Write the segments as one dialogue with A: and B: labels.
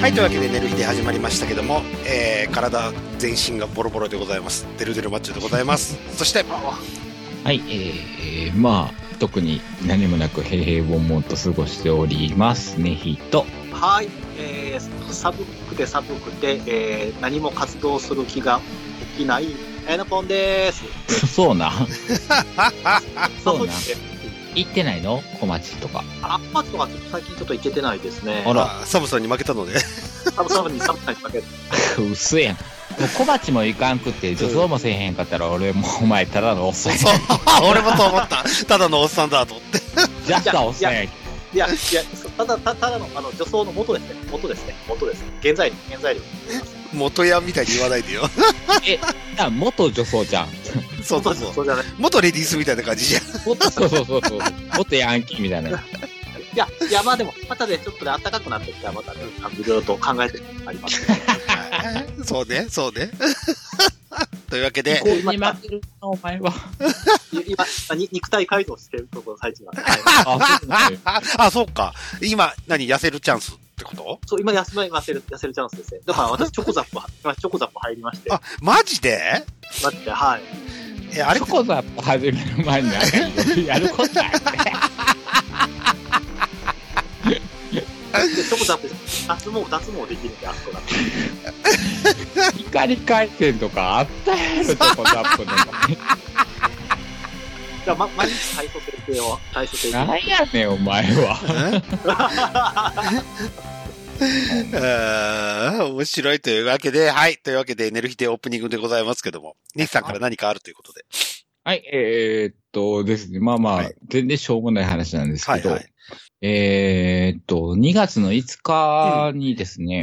A: はいというわけで「寝る日」で始まりましたけども、えー体全身がボロボロでございますデルデルマッチョでござい ますそして
B: はい、えー、まあ、特に何もなく平平凡々と過ごしております。ねひと。
C: はい、えー、寒くて寒くて、えー、何も活動する気が起きない、えなぽんです。
B: そうな。そうな
C: 寒くて
B: 行ってないの小町とか。
C: あんまとかちょっと最近ちょっと行けてないですね
B: あ。ら
A: まあサブさんに負けたので
C: 寒さに寒さに負けて。
B: 薄いやん。もう小町も行かんくって、女装もせえへんかったら、俺もうお前ただのおっさんや。
A: そう俺もそう思ったただのおっさんだと思って
B: ジャスタおっさんや。
C: いやいや、そただたただのあの女装の元ですね。元ですね。元ですね。原材料原材料。
A: 元ヤンみたいに言わないで よ
B: あ、元女装じゃん。
A: そうそうそう
C: そうじゃない。
A: 元レディースみたいな感じじゃん
B: 元、そうそうそうそう。元ヤンキーみたいな。
C: いやいやまあでもまたねちょっとね暖かくなってきたらまたねあのいろいろと考えてあります、ね。
A: そうねそうねというわけで
B: こうに負けるな、お前は。
C: 今今に肉体改造してるところ最中なんで。はい
B: あそうなんだよ
A: あ、そうか。今、何、痩せるチャンスってこと
C: そう、今休ま、痩せる、痩せるチャンスですね。だから私、チョコザップは、今、チョコザップ入りまして、
A: あ、マジで
C: 待って、はい。
A: え、あれ
B: チョコザップ始める前になんかいろいろやることある
C: で、チョコザップ、脱毛、脱毛できるんで、あそこだって。
B: 光回線とかあったやろ、チョコザ ップの。
C: じゃあ、ま、毎日体操整形を、体操整形。
B: なんやねん、お前は。
A: えー面白いというわけで、はい。というわけで、寝る日でオープニングでございますけども、ニキさんから何かあるということで。
B: はい、えーっとですね、まあまあ、
A: はい
B: 全然しょうもない話なんです
A: は
B: け
A: い
B: ど、
A: はい。
B: えーっと、2月の5日にです
A: う
B: ね、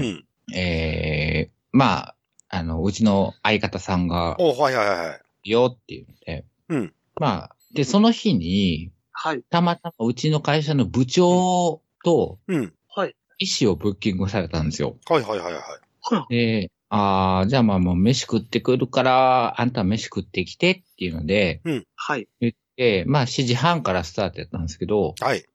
A: ん。
B: えー、まあ、あの、うちの相方さんが、
A: おはいはいはいはい。
B: よって言って、
A: うん
B: まあ、で、その日に、
C: はい。
B: たまたまうちの会社の部長と
A: うん。
C: はい。
B: 医師をブッキングされたんですよ。
A: はいはいはいはい。
B: で、ああ、じゃあまあもう飯食ってくるから、あんた飯食ってきてっていうので、
C: はい。
B: で、まあ7時半からスタートやったんですけど、
A: はい。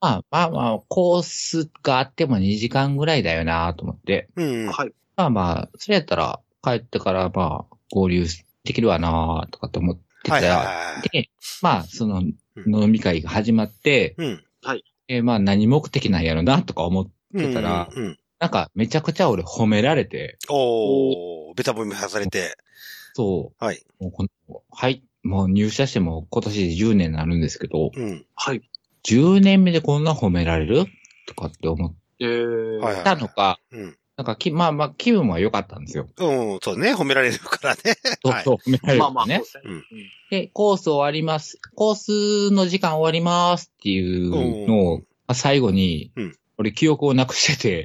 B: まあまあまあ、コースがあっても2時間ぐらいだよなと思って、
A: うん。
C: はい。
B: まあまあ、それやったら帰ってからまあ合流できるわなとかと思ってた
A: はいはい
B: ら、
A: は
B: で、まあその飲み会が始まって、
A: い。うん。
B: えまあ何目的なんやろなとか思って、
A: うん。
B: だから
A: うん。
B: なんかめちゃくちゃ俺褒められて、
A: おー、ベタ褒めされて。
B: そう。
A: はい。
B: もうこの、はい。もう入社しても今年で10年になるんですけど、
A: うん。
C: はい。
B: 10年目でこんな褒められるとかって思っ
C: えー。
A: はいはい
B: たのか、
A: うん。
B: なんかき、まあまあ気分は良かったんですよ。
A: うん、そうね。褒められるからね。
B: そう
A: はい
B: そう、褒められる
C: まあ
B: ん
C: まあ、
B: ね。
C: そうですね。
B: で、コース終わります。コースの時間終わりますっていうのを、まあ最後に、
A: うん
B: 俺記憶をな くしてて、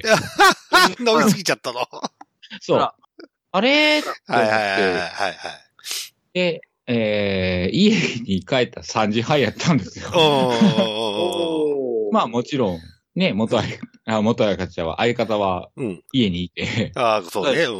A: 飲みすぎちゃったの。は
B: そ
C: あ
B: う
C: ら。
B: あれって
A: いはいはいはい
B: 思っ
A: はい。
B: て、で、えー、家に帰ったら3時半やったんです よ。
A: おー。
C: おー。
B: まあもちろん、ね、元相、あ元相方は、相方は
A: うん。
B: 家にいて、
A: ああ、そうね。うん。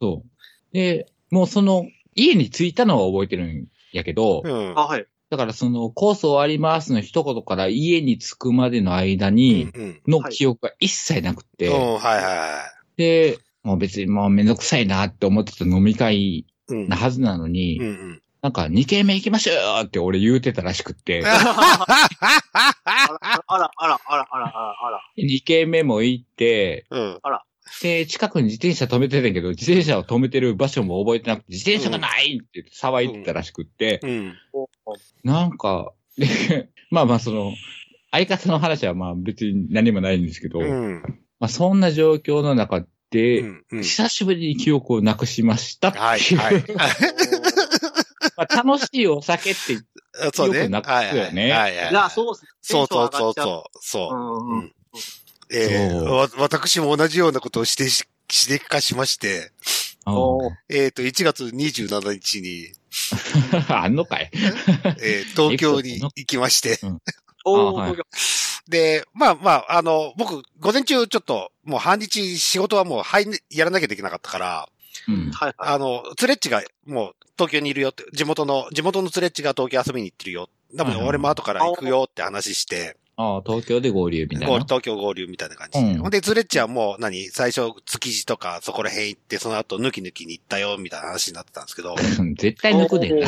B: そう。で、もうその、家に着いたのは覚えてるんやけど、
A: うん。
C: あ、はい。
B: だからその、コース終わりますの一言から家に着くまでの間に、
A: うん。
B: の記憶が一切なく
A: う
B: て、
A: ん、はいはいは
B: で、もう別にもうめんどくさいなって思ってた飲み会
A: い。うん。
B: なはずなのに、
A: うんうん。
B: なんか2軒目行きましょうって俺言うてたらしく って、
C: あら、あら、あら、あら、あら、あら。
B: 2軒目も行って、
A: うん。
B: で、近くに自転車止めてたけど、自転車を止めてる場所も覚えてなくて、自転車がないって騒いでたらしくって、
A: うん。
C: おお
B: なんか、で、 まあまあその、相方の話はまあ別に何もないんですけど、
A: うん。
B: まあそんな状況の中で、
A: うん。
B: 久しぶりに記憶をなくしましたっていう。
A: はい、はい。
B: まあ楽しいお酒って言って
A: そうね。
B: よくなかったよね
A: はいはい。
C: いや、そうですね。
A: そうそう
C: テンショ
A: そう
C: ン上がっちゃ
A: そう。そう。
C: う。うんうん。
A: えー
B: そう
A: わ私も同じようなことをしてし、してかしまして、
C: おー
A: えっ、と、1月27日に、
B: あんのかい。
A: えー東京に行きま して、
C: お
B: あはい
C: ー。
A: で、まあまあ、あの、僕、午前中ちょっと、もう半日仕事はもう、はい、やらなきゃできなかったから、
B: うん。
C: はいはい。
A: あの、ツレッチがもう東京にいるよって、地元の、地元のツレッチが東京遊びに行ってるよ。だもん
B: はいはい
A: 俺も後から行くよって話して、
B: ああ、東京で合流みたい
A: 合
B: な。
A: 東京合流みたいな感じで。
B: うん
A: ほんで、ズレッチはもう何、最初、築地とか、そこら辺行って、その後、抜き抜きに行ったよ、みたいな話になってたんですけど。
B: 絶対抜くでんな。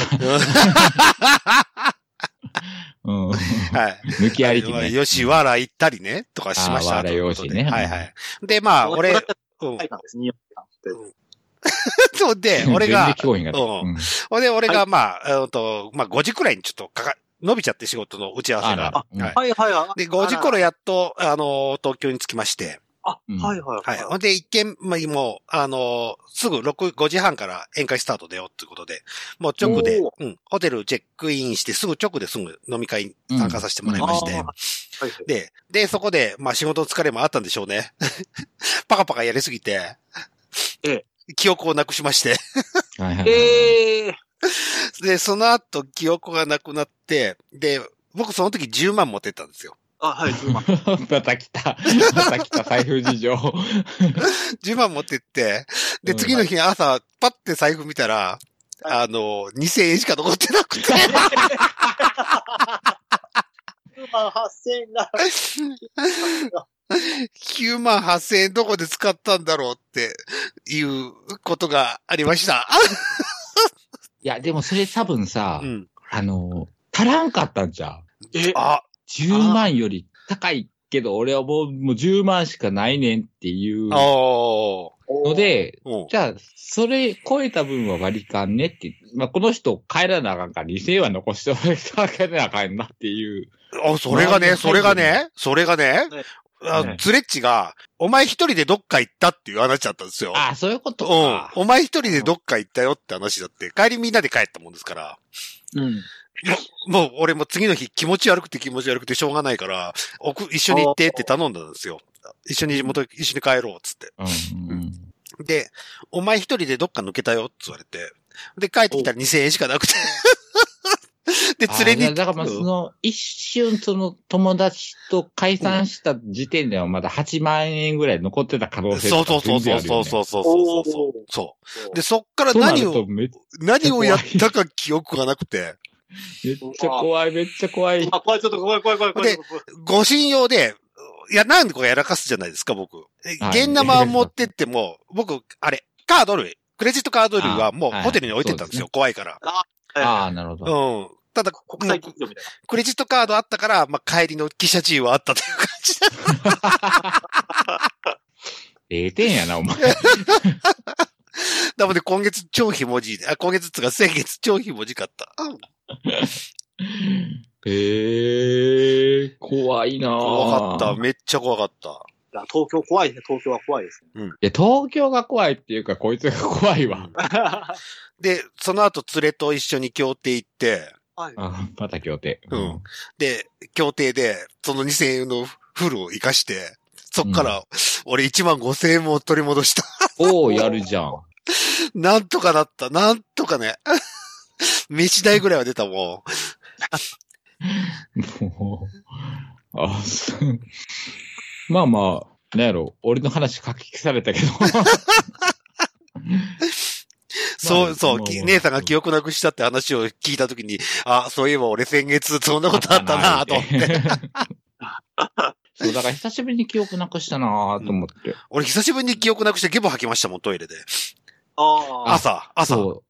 B: うん。
A: はい。
B: 抜きあり き
A: まあ
B: ね。
A: よし、わら行ったりね、とかしました。
B: あーわらよしね
A: ということではいはい。で、まあ、俺
C: 俺、、
A: うん
C: は。いなんです、ニューヨーク
A: そうで、
B: うん
A: 俺が
B: 全、然聞こえへんかった。
A: うん
B: うん
A: ほんで、俺が、まあ、うんと、まあ、5時くらいにちょっとかか、伸びちゃって仕事の打ち合わせ
B: あ
A: が
B: ら。うん
A: はい
C: さんって。はいはいはい。
A: で、5時頃やっと、あの、東京に着きまして、
C: あ、
B: うん
C: はいはい
A: はい。ほんで、一見、まあ、もう、あの、すぐ6、5時半から宴会スタートだよっていうことで、もう直で
C: おー、
A: うん、ホテルチェックインして、すぐ直ですぐ飲み会に参加させてもらいまして、
C: あーはいはい
A: で、で、そこで、まあ仕事の疲れもあったんでしょうね。 パカパカやりすぎて、
C: え
A: 記憶をなくしまして。
B: はいはいはい
C: ええ
A: で、その後記憶がなくなって、で、僕その時10万持ってったんですよ。
C: あ、はい、10万。
B: また来た。また来た財布事情。
A: 10万持ってって、 で、
B: うん
A: 次の日朝、パッて財布見たら、あの、2000円しか残ってなくて。
C: 10万8000円 が。
A: 9万8000円どこで使ったんだろうっていうことがありました。
B: いや、でもそれ多分さ、
A: うん。
B: あの、足らんかったんじゃん。
C: え
A: あ、
B: 10万より高いけど、俺はもうもう10万しかないねんっていうの
A: おー。
C: の、
B: で、
A: うん
B: じゃあ、それ超えた分は割り勘ねって、まあ、この人帰らなあかんから、2000円は残しておかなあかんなっていう。
A: あ、それがね、それがね、それがね
C: ね、
A: あ
B: ね
A: ズレッチが、お前一人でどっか行ったっていう話だったんですよ。
B: ああ、そういうことか。
A: うん。お前一人でどっか行ったよって話だって、帰りみんなで帰ったもんですから、
B: うん。
A: もう俺も次の日気持ち悪くて気持ち悪くてしょうがないから、おく一緒に行ってって頼んだんですよ。一緒に元、一緒に帰ろうっつって。
B: うん。うん。
A: で、お前一人でどっか抜けたよって言われて、で、帰ってきたら2000円しか なくて。で、連れに
B: あーだからまあその、一瞬その友達と解散した時点ではまだ8万円ぐらい残ってた可能性
A: そう
B: と
A: そうそ
B: か
A: う
B: 全然
A: そう
B: あるよ
A: そうそ
B: ね
A: うそう
C: お
A: そ
C: ー
A: うそう。そう。で、
C: で、
A: そっから
B: となる
A: 何
B: と
A: を、
B: めっ
A: 何をやったか記憶がなくて、
B: めっちゃ怖い、めっちゃ怖い。
C: あ、これちょっと怖い怖い怖い怖い。怖い
A: ご信用で、いや、なんでこうやらかすじゃないですか、僕。え
B: はい
A: 現生を持ってっても、 僕、あれ、カード類、クレジットカード類は
B: あ
A: もう
B: はい
A: ホテルに置いてたんですよ、怖いから。
B: ああ、なるほど。
A: うん。ただ、
C: 国際企業みたい
A: クレジットカードあったから、まあ、帰りの汽車地位はあったという感じで。
B: 0点やな、お前。
A: なので、今月超ひもじいで、あ、今月っつうか先月超ひもじかった。うん
B: へえ、怖いなぁ
A: 怖かった。。めっちゃ怖かった。
C: な。東京怖いね、東京は怖い ですね。
B: いや、東京が怖いっていうか、こいつが怖いわ。
A: で、その後、連れと一緒に協定行って、
C: はい。
B: あまた協定。
A: うん。で、協定で、その2000円のフルを活かして、そっから、俺1万5000円も取り戻した。
B: おお、やるじゃん。
A: なんとかなった。なんとかね。飯代ぐらいは出たも
B: もう、 あ、そうまあまあ、なんやろ、俺の話書き消されたけど。
A: ん。 そう、
B: まあ
A: そう、
B: まあ
A: き
B: まあ
A: 姉さんが記憶なくしたって話を聞いたときに、あ、そういえば俺先月そんなことあったなぁと思って。
B: そう、だから久しぶりに記憶なくしたなぁと思って。
A: 俺久しぶりに記憶なくしてゲボ吐きましたもん、トイレで。
C: ああ。
A: 朝、朝。
B: そ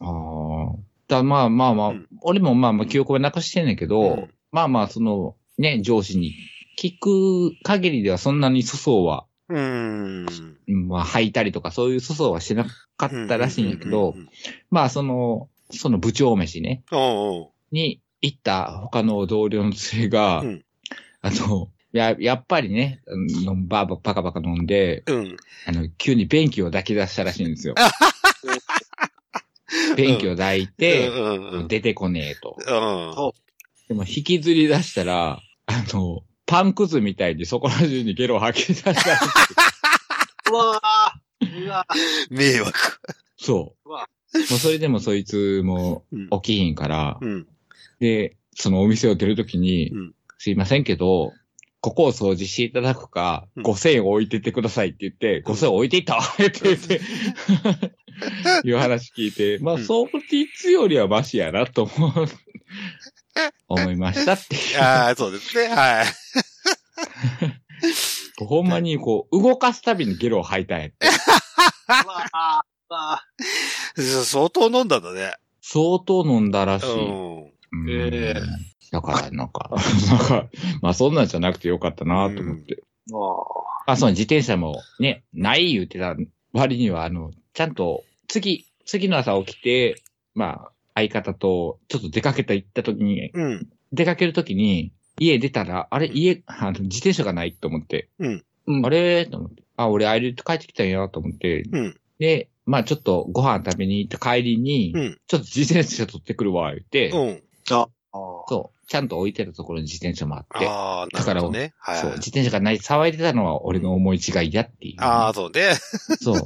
B: う。ああ。だまあまあまあ、
A: うん
B: 俺もまあまあ記憶はなくしてんねんけど、
A: うん
B: まあまあ、その、ね、上司に聞く限りではそんなに粗相は、
A: うーん。
B: まあ吐いたりとかそういう粗相はしなかったらしいんやけ
A: う
B: ど
A: ん、うん
B: まあその、その部長飯ね、
A: うんうん。おう
B: に行った他の同僚の連れが、
A: うん
B: あの、や、やっぱりね、うんバーババカバカ飲んで、
A: おううん。
B: あの、急に便器を抱き出したらしいん ですよ。便器を抱いて、
A: うんうんうん。
B: 出てこねえと。
A: うん。
B: でも引きずり出したら、あの、パンくずみたいにそこら中にゲロ吐き出したらしい。
C: うわーうわー
A: 迷惑。
B: そう。
C: うわ
B: もうそれでもそいつも
A: うん
B: 起きひんから、
A: うん。
B: で、そのお店を出るときに、
A: うん
B: すいませんけど、ここを掃除していただくか、
A: うん
B: 5000円置いてってくださいって言って、5000円置いていったわ って言って、いう話聞いて、まあ、
A: うん
B: そういつよりはマシやなと思う。思いましたっていう。
A: ああ、そうですね。はい。
B: ほんまに、こう、動かすたびにゲロを吐いたんやって。
C: わあ、わあ、
A: 相当飲んだんだね。
B: 相当飲んだらしい。
A: うん。
B: うん
C: ええ
B: だから、なんか、 なんか、まあそんなんじゃなくてよかったなと思って。
C: も
B: あ、そう、自転車もね、ない言ってた割には、あの、ちゃんと、次、次の朝起きて、まあ、相方と、ちょっと出かけた、行った時に、
A: うん。
B: 出かける時に、家出たら、あれ、家、あの自転車がないと思って、
C: うん
B: あれと思って、あ、俺、アイル帰ってきたんやと思って、
A: うん
B: で、まあ、ちょっとご飯食べに行った帰りに、
A: うん
B: ちょっと自転車取ってくるわ、言って、
A: うん。
C: う、あ
B: そう、ちゃんと置いてるところに自転車もあって、
A: ああ、なるほどね。はい
B: そう、。自転車がない、騒いでたのは俺の思い違いだっていう。
A: ああ、そうね。
B: そう。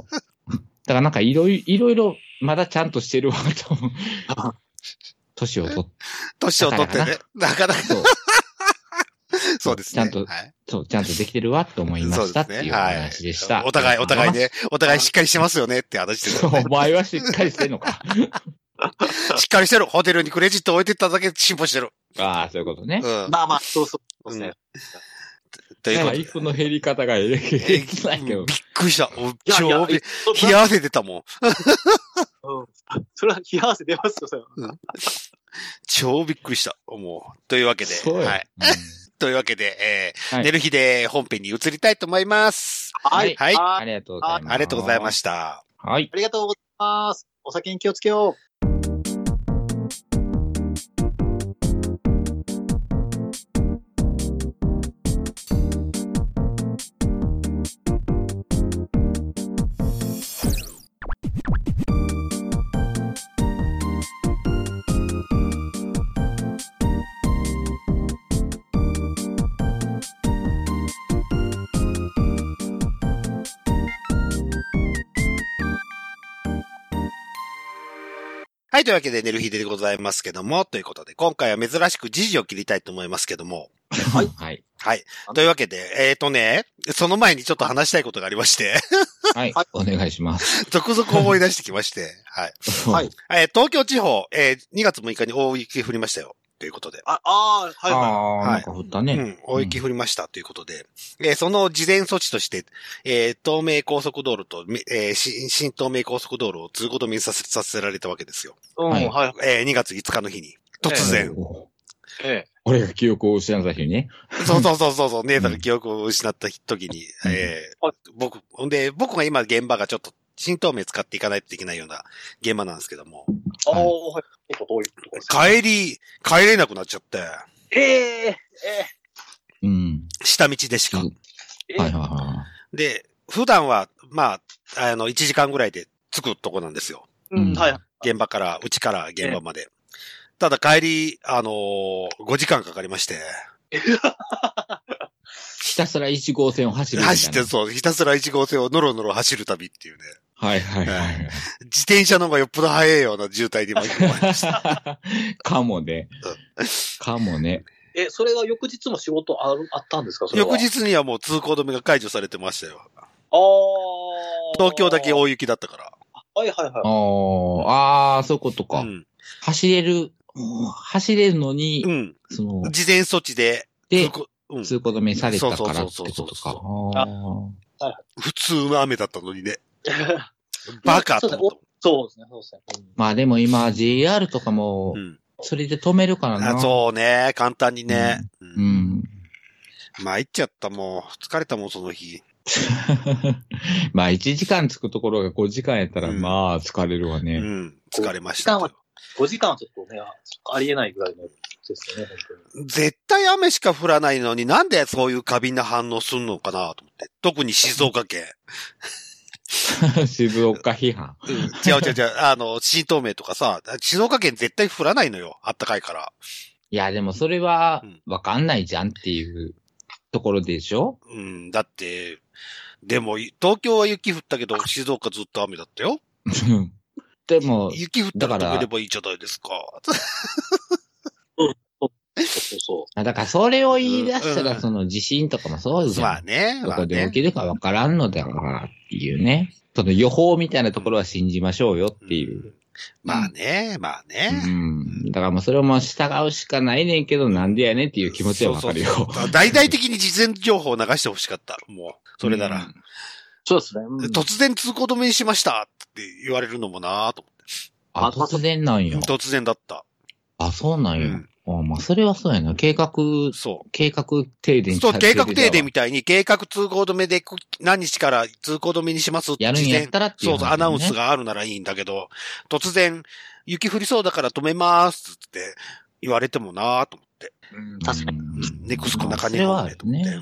B: だからなんかいろいろ、いろいろ、まだちゃんとしてるわ、と思う
C: あ。
B: 年をとっ、
A: 年を取ってね。なかなか
B: そう、
A: そうですね。
B: ちゃん
A: は
B: と
A: い
B: そう、ちゃんとできてるわ、と思いましたっていうお話でした。
A: お互い、お互い。ね、お互いしっかりしてますよねって話です
B: そう
A: よね
B: お。前はしっかりしてんのか。
A: しっかりしてる。ホテルにクレジット置いてっただけで進歩してる。
B: ああ、そういうことね。
A: うん。
C: まあまあ、そうそうそうですね。
A: ということで
B: イフの減り方がえげつないけ
A: びっ
B: ど。
A: くりした。お
C: いやいや
A: 超び、
C: そ
A: 冷や汗出たもん。
C: うんそれは冷や汗出ますよ、それは。
A: 超びっくりした。もう。というわけで、
B: そう
A: は
B: や
A: い。。というわけで、えー
B: はい
A: 寝る日で本編に移りたいと思います。
B: はい
A: はい
B: うんあ
C: あ
B: りがとうございます。
A: ありがとうございました。
B: た。はい。
C: りがとうございます。お酒に気をつけよう。
A: はい、というわけで寝る日でございますけども、ということで、今回は珍しく時事を切りたいと思いますけども、
B: はい。はい。
A: はい。というわけで、えーとね、その前にちょっと話したいことがありまして、
B: はい
C: はい。
B: お願いします。
A: 続々思い出してきまして、はい。
C: はい。
A: えー東京地方、えー2月6日に大雪降りましたよ、ということで。
C: あ、あー、はいはい。
B: ああ、なんか振った
A: う
B: ね。
A: ん、大雪降りましたということで、えーその事前措置として、えー東名高速道路と、みえー新新東名高速道路を通行止めにさせさせられたわけですよ。
C: うん、
B: は
C: はいいはい。
A: えー2月5日の日に。突然。
B: お
C: え
B: 俺が記憶を失った日ね。
A: そうそうそうそうそう、姉さんが記憶を失った時に、
B: うん
A: えー
C: はい
A: 僕、ほんで、僕が今現場がちょっと、新東名使っていかないといけないような現場なんですけども、
C: え。ああ、はい。結構遠いとこですね
A: 帰り、帰れなくなっちゃって、
C: ええ
B: うん。
A: 下道でしか
B: う。ん
C: ええ
B: はいはいは
A: で、普段は、まあ、あの、1時間ぐらいで着くとこなんですよ。
B: い。
C: うん、はい。
A: 現場から、うちから現場まで。ただ帰り、あのー、5時間かかりまして、
B: ひたすら1号線を走るみたいな。
A: 走ってそう、ひたすら1号線をノロノロ走る旅っていうね。
B: はいはいはい。
A: 自転車の方がよっぽど早いような渋滞に巻き込まれました。
B: かもね。かもね。
C: え、それは翌日も仕事あるあったんですかそれは
A: 翌日にはもう通行止めが解除されてましたよ。
C: ああ。
A: 東京だけ大雪だったか
C: はいはいはい。
B: おーああ、そういうこと
A: ら。
B: か。
A: うん。
B: 走れる、走れるのに、
A: うん。
B: その、
A: 事前措置で、
B: で
A: 通、行うん。
B: 通行止めされたからって
A: そう
B: こ
A: そう
B: と
A: そう
B: か。
C: う
B: あー
A: 普通の雨だったのにね。バカと思っ
C: そうですね、そうですね。
B: まあでも今、JR とかも
A: た。う、ん。
B: それで止めるから
A: あ
B: な。
A: そうね。簡単にね。
B: う。ん。
A: 参っちゃったもう。疲れたもん、その日。
B: まあ1時間着くところが5時間やったら、
A: うん
B: まあ疲れるわ
A: う
B: ね。
A: ん。疲れました
C: 時間は。5時間はちょっとね、ありえないぐらいのですよね、本
A: 絶対雨しか降らないのになんでそういう過敏な反応すんのかなと思って。特に静岡県。
B: 静岡批判。
A: うん。違う違う違う。あの、新東名とかさ、静岡県絶対降らないのよ。あったかいから。
B: いや、でもそれは
A: うん、
B: わかんないじゃんっていうところでしょ
A: うん。だって、でも、東京は雪降ったけど、静岡ずっと雨だったよ。
B: うん でも、
A: 雪降ったら
B: だから
A: 止めればいいじゃないですか。
C: 当に。そうそう。
B: あだからそれを言い出した
A: うん
B: ら、その地震とかもそうじ
A: ま
B: ゃ
A: あ
B: ん。
A: ね。
B: ど
A: まあ
B: こで起
A: ね。
B: きるかわからんのだからっていうね。その予報みたいなところは信じましょうよっていう。
A: まあね、まあ
B: う
A: ね。
B: ん。だからもうそれをもう従うしかないねんけど、なんでやねんっていう気持ちはわかるよ。
A: そうそうそう大々的に事前情報を流してほしかった。もう、それなら。
C: そうですね。うん
A: 突然通行止めにしましたって言われるのもなぁと
B: あ、突然なんよ
A: 思っ。て。突然だった。
B: あ、そうなんよ。あまあ、それはそうやな。計画、
A: そ
B: 計画停
A: う。
B: 電
A: そう、計画停電
B: み
A: みたいに、計画通行止めでこ何日から通行止めにしますって
B: やるん
A: 事
B: や
A: 前
B: っ、たらっていう、
A: そうそう、アナウンス
B: が。
A: があるならいいんだけど、突然、雪降りそうだから止めますって言われてもなぁと思って。
C: うん確かに。
A: うんネクスコ中
B: に
A: 日本名と思って。
B: ね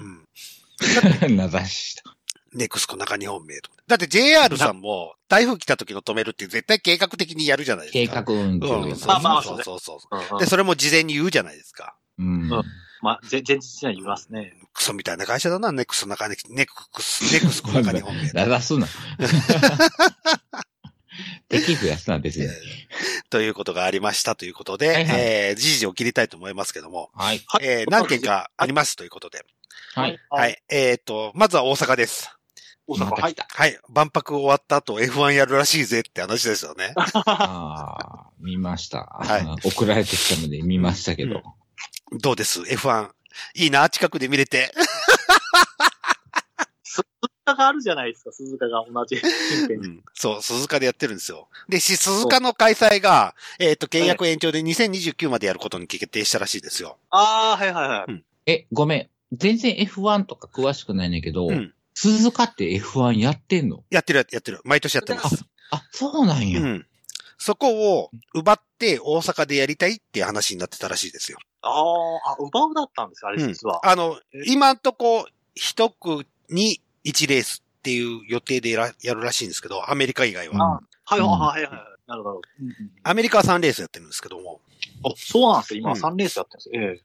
A: う。ん
B: 名指した。
A: ネクスコ中日本名と思って。だって JR さんも台風来た時の止めるって絶対計画的にやるじゃないで
B: 計
A: すか。
B: 画運休
A: うん、
B: や
A: そ
B: から
A: う
C: まあまあ
A: そうそうそうそ
C: うんう
A: う。
C: ん
A: で、それも事前に言うじゃないですか。
B: うん。
C: うんまあ、ぜ前日には言いますね。
A: クソみたいな会社だな、ネクスコ中日、ネクス、ネクスコ中日本名。
B: 名指すな。 適宜やすな、別に。
A: ということがありましたということで、
B: はいはい
A: えー、時事を切りたいと思いますけども、
B: はい。
A: えー、何件。かありますということで。
B: はい。
A: は。
C: はい
A: えっ、と、まずは大阪です。
C: 大
B: ま
C: 阪、
B: た
C: は
B: 来
C: い。
B: た。
A: はい。万博終わった後 F1 やるらしいぜって話ですよね。
B: ああ、見ました。
A: は
B: 送られてきたので見ましたけど。
A: どうです ?F1。いいな、近くで見れて。
C: 鈴鹿があるじゃないですか、鈴鹿が同じ近辺
A: う
C: に。
A: んそう、鈴鹿でやってるんですよ。で、し、鈴鹿の開催が、えっ、と、契約延長で2029までやることに決定したらしいですよ。
C: ああ、はいはいはい。
B: え、ごめん。全然 F1 とか詳しくないねんだけど、
A: うん
B: 鈴鹿って F1 やってんの
A: やってる、やってる。毎年やってます。
B: あ、そうなん
A: う
B: や。
A: ん。そこを奪って大阪でやりたいっていう話になってたらしいですよ。
C: ああ、あ、奪うだったんですよ、あれ
A: うん
C: 実は。
A: あの、今んとこ、一区に1レースっていう予定でやらやるらしいんですけど、アメリカ以外は。
C: あはいはいはいはいはい。なるほど。うんうん
A: アメリカは3レースやってるんですけども、
C: あ、そうなんですよ。今
A: うん
C: 3レースやってるんですよ。え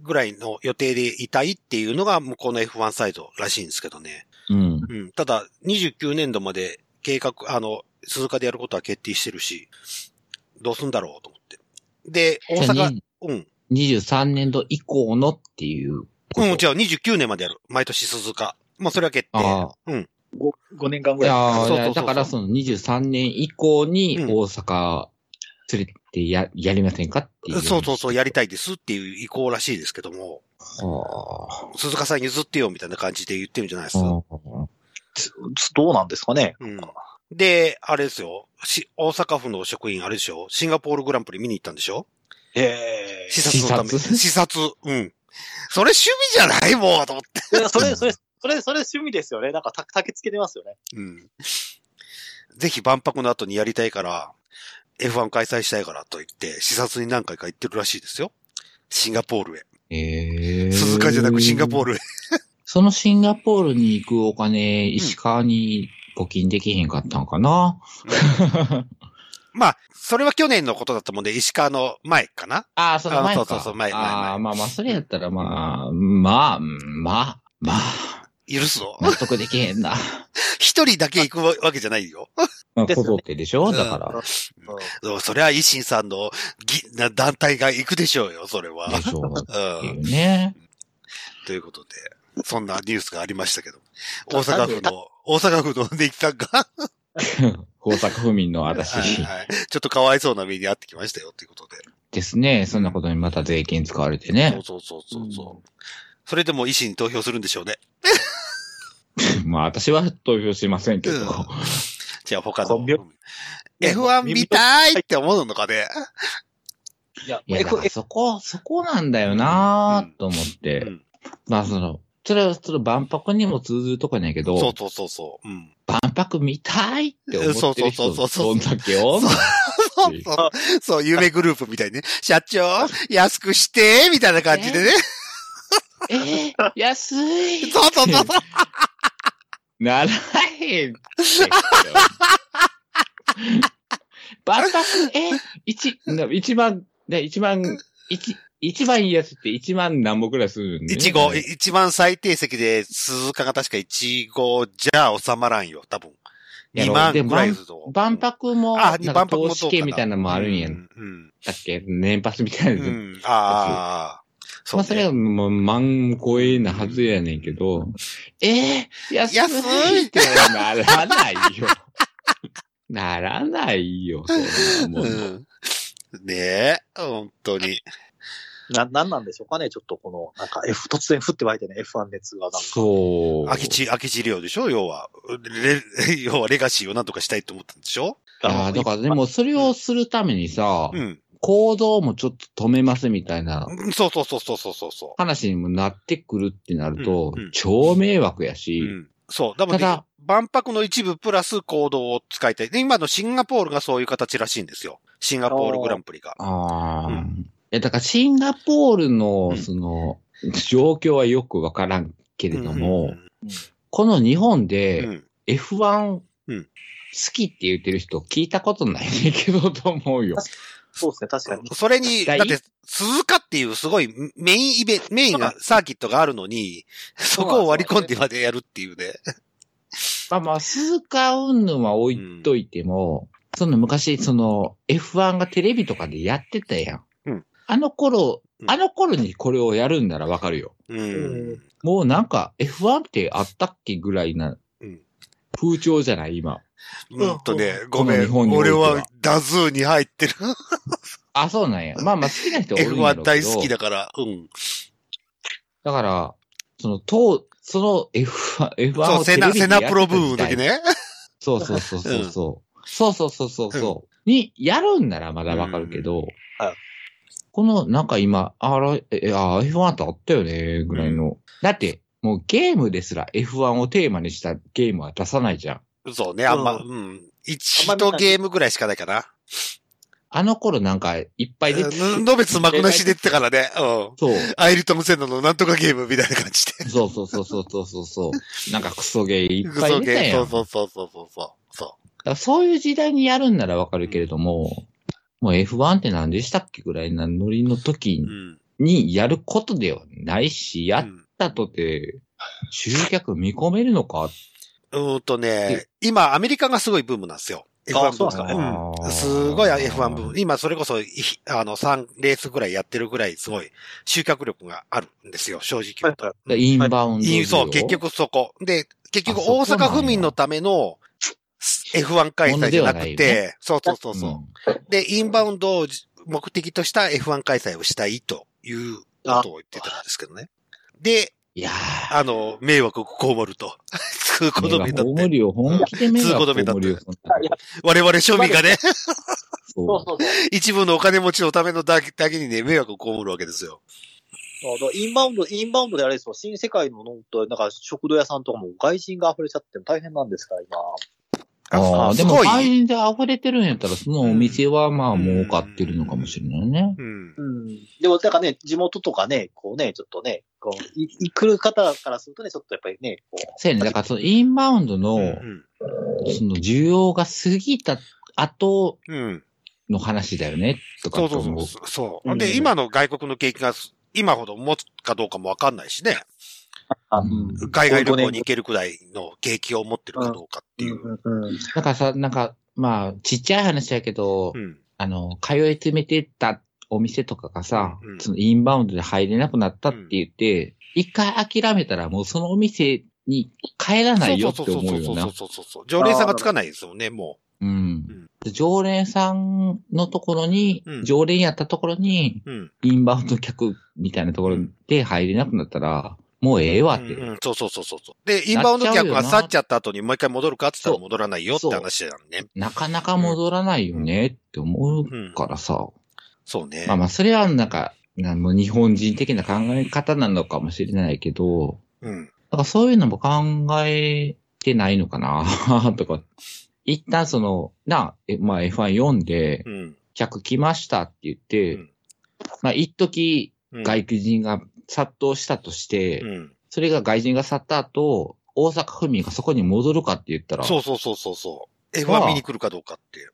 C: え。
A: ぐらいの予定でいたいっていうのが向こうの F1 サイトらしいんですけどね。
B: うん。
A: うん。ただ、29年度まで計画、あの、鈴鹿でやることは決定してるし、どうすんだろうと思って。で、大
B: じゃ
A: 阪、
B: あに
A: うん。
B: 23年度以降のっていうこと。
A: うん、じゃあ29年までやる。毎年鈴鹿。まあ、それは決定。
B: あ
C: 5, 5年間
B: あ。い
C: ぐ
B: や
C: らい。
A: そうそうそう
B: ーだからその23年以降に
A: うん
B: 大阪連れてや、やりませんかっていう。
A: そうそうそう、
B: や。
A: やりたいですっていう意向らしいですけども、
B: は
A: 鈴鹿さん譲ってよみたいな感じで言ってるんじゃないです
B: あ
A: か。
B: は
C: どうなんですかね。
A: うん。で、あれですよ。し、大阪府の職員、あれでしょシンガポールグランプリ見に行ったんでしょ
C: ええ
A: 視察のため。
B: 視察
A: 視察。うん。それ趣味じゃないもう、と思って
C: いやそれ、それ、それ、それ趣味ですよね。なんか、た、たきつけてますよね。
A: うん。ぜひ万博の後にやりたいから、F1 開催したいからと言って、視察に何回か行ってるらしいですよ。シンガポールへ。
B: あえー
A: 鈴鹿じゃなくシンガポールへ。
B: そのシンガポールに行くお金、石川に募金できへんかったんかな、
A: まあ、それは去年のことだったもんで、石川の前かな
B: ああ、その前か。
A: あそうそうそう前前
B: ああ、
A: 前
B: まあまあ、それやったらまあ、まあ、まあ、まあ、
A: 許すぞ。
B: 納得できへんな。
A: 一人だけ行くわけじゃないよ。
B: まあ、
C: です
B: こぞ
C: よね
B: ってでしょだか
A: そうそれは維新さんのぎな団体が行くでしょうよ、それは
B: ら。。でしょう。って
A: う
B: い
A: ん。
B: うね。
A: ということで、そんなニュースがありましたけど、大阪府の、大阪府の ネキさんが、
B: 大阪府民の私
A: はいはい、ちょっとかわいそうな目に遭ってきましたよ、ということで。
B: ですね。そんなことにまた税金使われてね。
A: そうそうそうそうそう。それでも維新に投票するんでしょうね。
B: まあ私は投票しませんけど。
A: じゃあ他
C: コ
A: の
C: ンビ。
A: F1 見たいって思うのかね。
C: いや、
B: いや、だから
C: え
B: そこ、そこなんだよなと思っ
A: う
B: て
A: ん。
B: まあその、それはその万博にも通ずるとこやねんけ
A: そう
B: ど、
A: そうそうそう。うん。
B: 万博見たいって思ってる
A: そう
B: 人
A: そうそうそ
B: ど
A: うん
B: だけおんの
A: そうそう。そう、夢グループみたいにね。社長、安くして、みたいな感じでね。
B: えー、安い
A: そうそうそう。そう
B: ならへんって。万博、え、一、な一万、ね、一万、一、一番いいやつって一万何本くらいするんで、ね。
A: 一号、一番最低席で、鈴鹿が確か一号じゃ収まらんよ、多分。
B: や
A: 二
B: ろ
A: 万
B: で
A: ぐらいすると。
B: 万博も、
A: あ、
B: なん
A: 万博
B: か
A: も
B: 投資
A: どうか
B: 券みたいなのもあるんや
A: うんん。うん
B: だっけ年パスみたいなやつ。
A: うん。ああ。そ
B: ま
A: う
B: あ、
A: ね
B: それはもう万超えなはずやねんけど、えー、安い
A: 安い
B: ってならないよ。 ならないよ、そんなも
A: う
B: の
A: ん。ねえ、本当に。
C: な、なんなんでしょうかね、ちょっとこの、なんか F、突然降って湧いてね、F1 熱がなんか。
B: そう。
A: 空き地、空き地利用でしょ要は。レ、 要はレガシーをなんとかしたいと思ったんでしょ
B: ああ、だからでもそれをするためにさ、
A: うん。
B: 行動もちょっと止めますみたいな
A: そうそうそうそうそうそうそ
B: 話にもなってくるってなると、
A: うんうん
B: 超迷惑や
A: う。う
B: し、
A: ん。そう。だから、
B: た
A: ね
B: だ、
A: 万博の一部プラス行動を使いたい。で、今のシンガポールがそういう形らしいんですよ。シンガポールグランプリが。
B: ああ、
A: う
B: いや、だからシンガポール
A: う
B: の
A: ん、
B: その、状況はよくわからんけれども、
A: うん
B: この日本
A: う
B: で
A: ん。
B: F1 好
A: うん
B: きって言ってる人聞いたことないねんけどと思うよ。
C: そうですね、確かに。
A: それに、だ
B: だい
A: って、鈴鹿っていうすごいメインイベント、メインがサーキットがあるのに、そこを割り込んでまでやるっていうね。
B: まあまあ、鈴鹿云々は置いといても、その昔、その F1 がテレビとかでやってたやん。
A: うん
B: あの頃
A: う、ん
B: あの頃にこれをやるんならわかるよ。
A: うん。
B: もうなんか F1 ってあったっけぐらいな
A: うん
B: 風潮じゃない今。
A: うんとね、ごめ
B: この
A: ん。
B: 日本にお
A: 俺
B: いては
A: はダズーに入ってる。
B: あ、そうなんや。まあまあ好きな人多いんやろうけど。
A: F1 大好きだから。うん。
B: だから、その、当、その F1、F1
A: そ
B: を
A: う、セ
B: テレ
A: ナ、
B: ビで
A: セ
B: やってた
A: ナ
B: 時代
A: プロブームの時。ね。
B: そうそうそうそうそう。そうそうそうそうそう。に、やるんならまだわかるけど、
C: はい
B: この、なんか今、あら、え、あ、F1 ってあったよね、ぐらいの。だって、もうゲームですら F1 をテーマにしたゲームは出さないじゃん。
A: そうね、あんま、
C: う
A: うん。一度ゲームぐらいしかないかな。
B: あの頃なんかいっぱい出て、
A: うんのべつ幕なし出てたからね。うん。
B: そう。
A: アイリトムセンナのなんとかゲームみたいな感じで。
B: そうそうそうそうそうそうそう。 なんかクソゲーいっ
A: ク
B: ぱ
A: ソ
B: い出た
A: ゲー、
B: や
A: そ
B: ん
A: う。そうそうそうそうそう。そ
B: だからそういう時代にやるんならわかるけれども、もう F1 って何でしたっけぐらいなノリの時
A: う。うん。
B: にやることではないし、や
A: う
B: っ
A: ん
B: たとて、集客見込めるのか
A: うーんとね、今、アメリカがすごいブームなんですよ。
C: あ
A: F1 ブ
C: そう
A: ー
C: なん
A: ム
C: ですか
A: が。
B: ね
A: うん。すごい F1 ブーム。今、それこそ、いあの、3レースぐらいやってるぐらい、すごい、集客力があるんですよ、正直言うと。うん
B: インバウンド需要。
A: そう、結局そこ。で、結局
B: あそ
A: 大
B: こなんや
A: 阪府民のための F1 開催じゃなく
B: ものではない
A: て、そうそうそうそう、で、インバウンドを目的とした F1 開催をしたいということを言ってたんですけどね。で、
B: いやー。
A: あの、迷惑こもると。 通行止めにな
B: 大
A: って。
B: 盛りを本気で目が
A: 通行止めだって
B: 大盛りをそんな
A: 我々庶民がね、
C: そ
B: そ
C: うそうそう
A: 一部のお金持ちのためのだけだけにね、迷惑をこもるわけですよ。
C: そう。だからインバウンド、インバウンドであれですよ、新世界のの、なんか食堂屋さんとかも外人が溢れちゃって大変なんですから、今。
B: うあー
A: す
B: でも、
A: ごい
B: 会員で溢れてるんやったら、そのお店はまあ儲かってるのかもしれないね。
A: うん。
C: うん。でも、なんかね、地元とかね、こうね、ちょっとね、こう、いい来る方からするとね、ちょっとやっぱりね、こう、
B: そうやね。だから、そのインバウンドの、
A: うん。
B: その需要が過ぎた後
A: うん。
B: の話だよね、とか
A: そう
B: って
A: そう
B: 思う。
A: そう。そうう。
C: ん
A: で、今の外国の景気が今ほど持つかどうかもわかんないしね。
C: あ
B: うん
A: 海外旅行に行けるくらいの景気を持ってるかどうかっていう。
C: うんうん。
B: だからさ、なんか、まあ、ちっちゃい話だけど、
A: うん。
B: あの、通い詰めてたお店とかがさ、
A: うん
B: そのインバウンドで入れなくなったって言って、一回諦めたらもうそのお店に帰らないよって思うよ
A: そう
B: な。
A: そうそうそうそう。常連さんがつかないですもんね、も
B: うん。で常連さんのところに、
A: うん
B: 常連やったところに、
A: う。うん。
B: インバウンド客みたいなところで入れなくなったら、もうええわって。
A: うんうんそうそうそうそうそう。で、インバウンド客が
B: なっちゃうよな
A: 去っちゃった後にもう一回戻るかって言ったら戻らないよって
B: そう
A: 話だよね。
B: なかなか戻らないよねって思うからさ。
A: そうね。
B: まあまあ、それはなんか、なんもう日本人的な考え方なのかもしれないけど、
A: うん。
B: なんかそういうのも考えてないのかな とか。一旦その、な、えまあ F1 読んで
A: う、ん。
B: 客来ましたって言って、
A: うん
B: まあ一時
A: うん
B: 外国人が殺到したとして、
A: うん。
B: それが外人が去った後、大阪府民がそこに戻るかって言ったら、
A: そうそうそうそうそう。
B: ま
A: F1
B: あ
A: 見に来るかどうかっていう。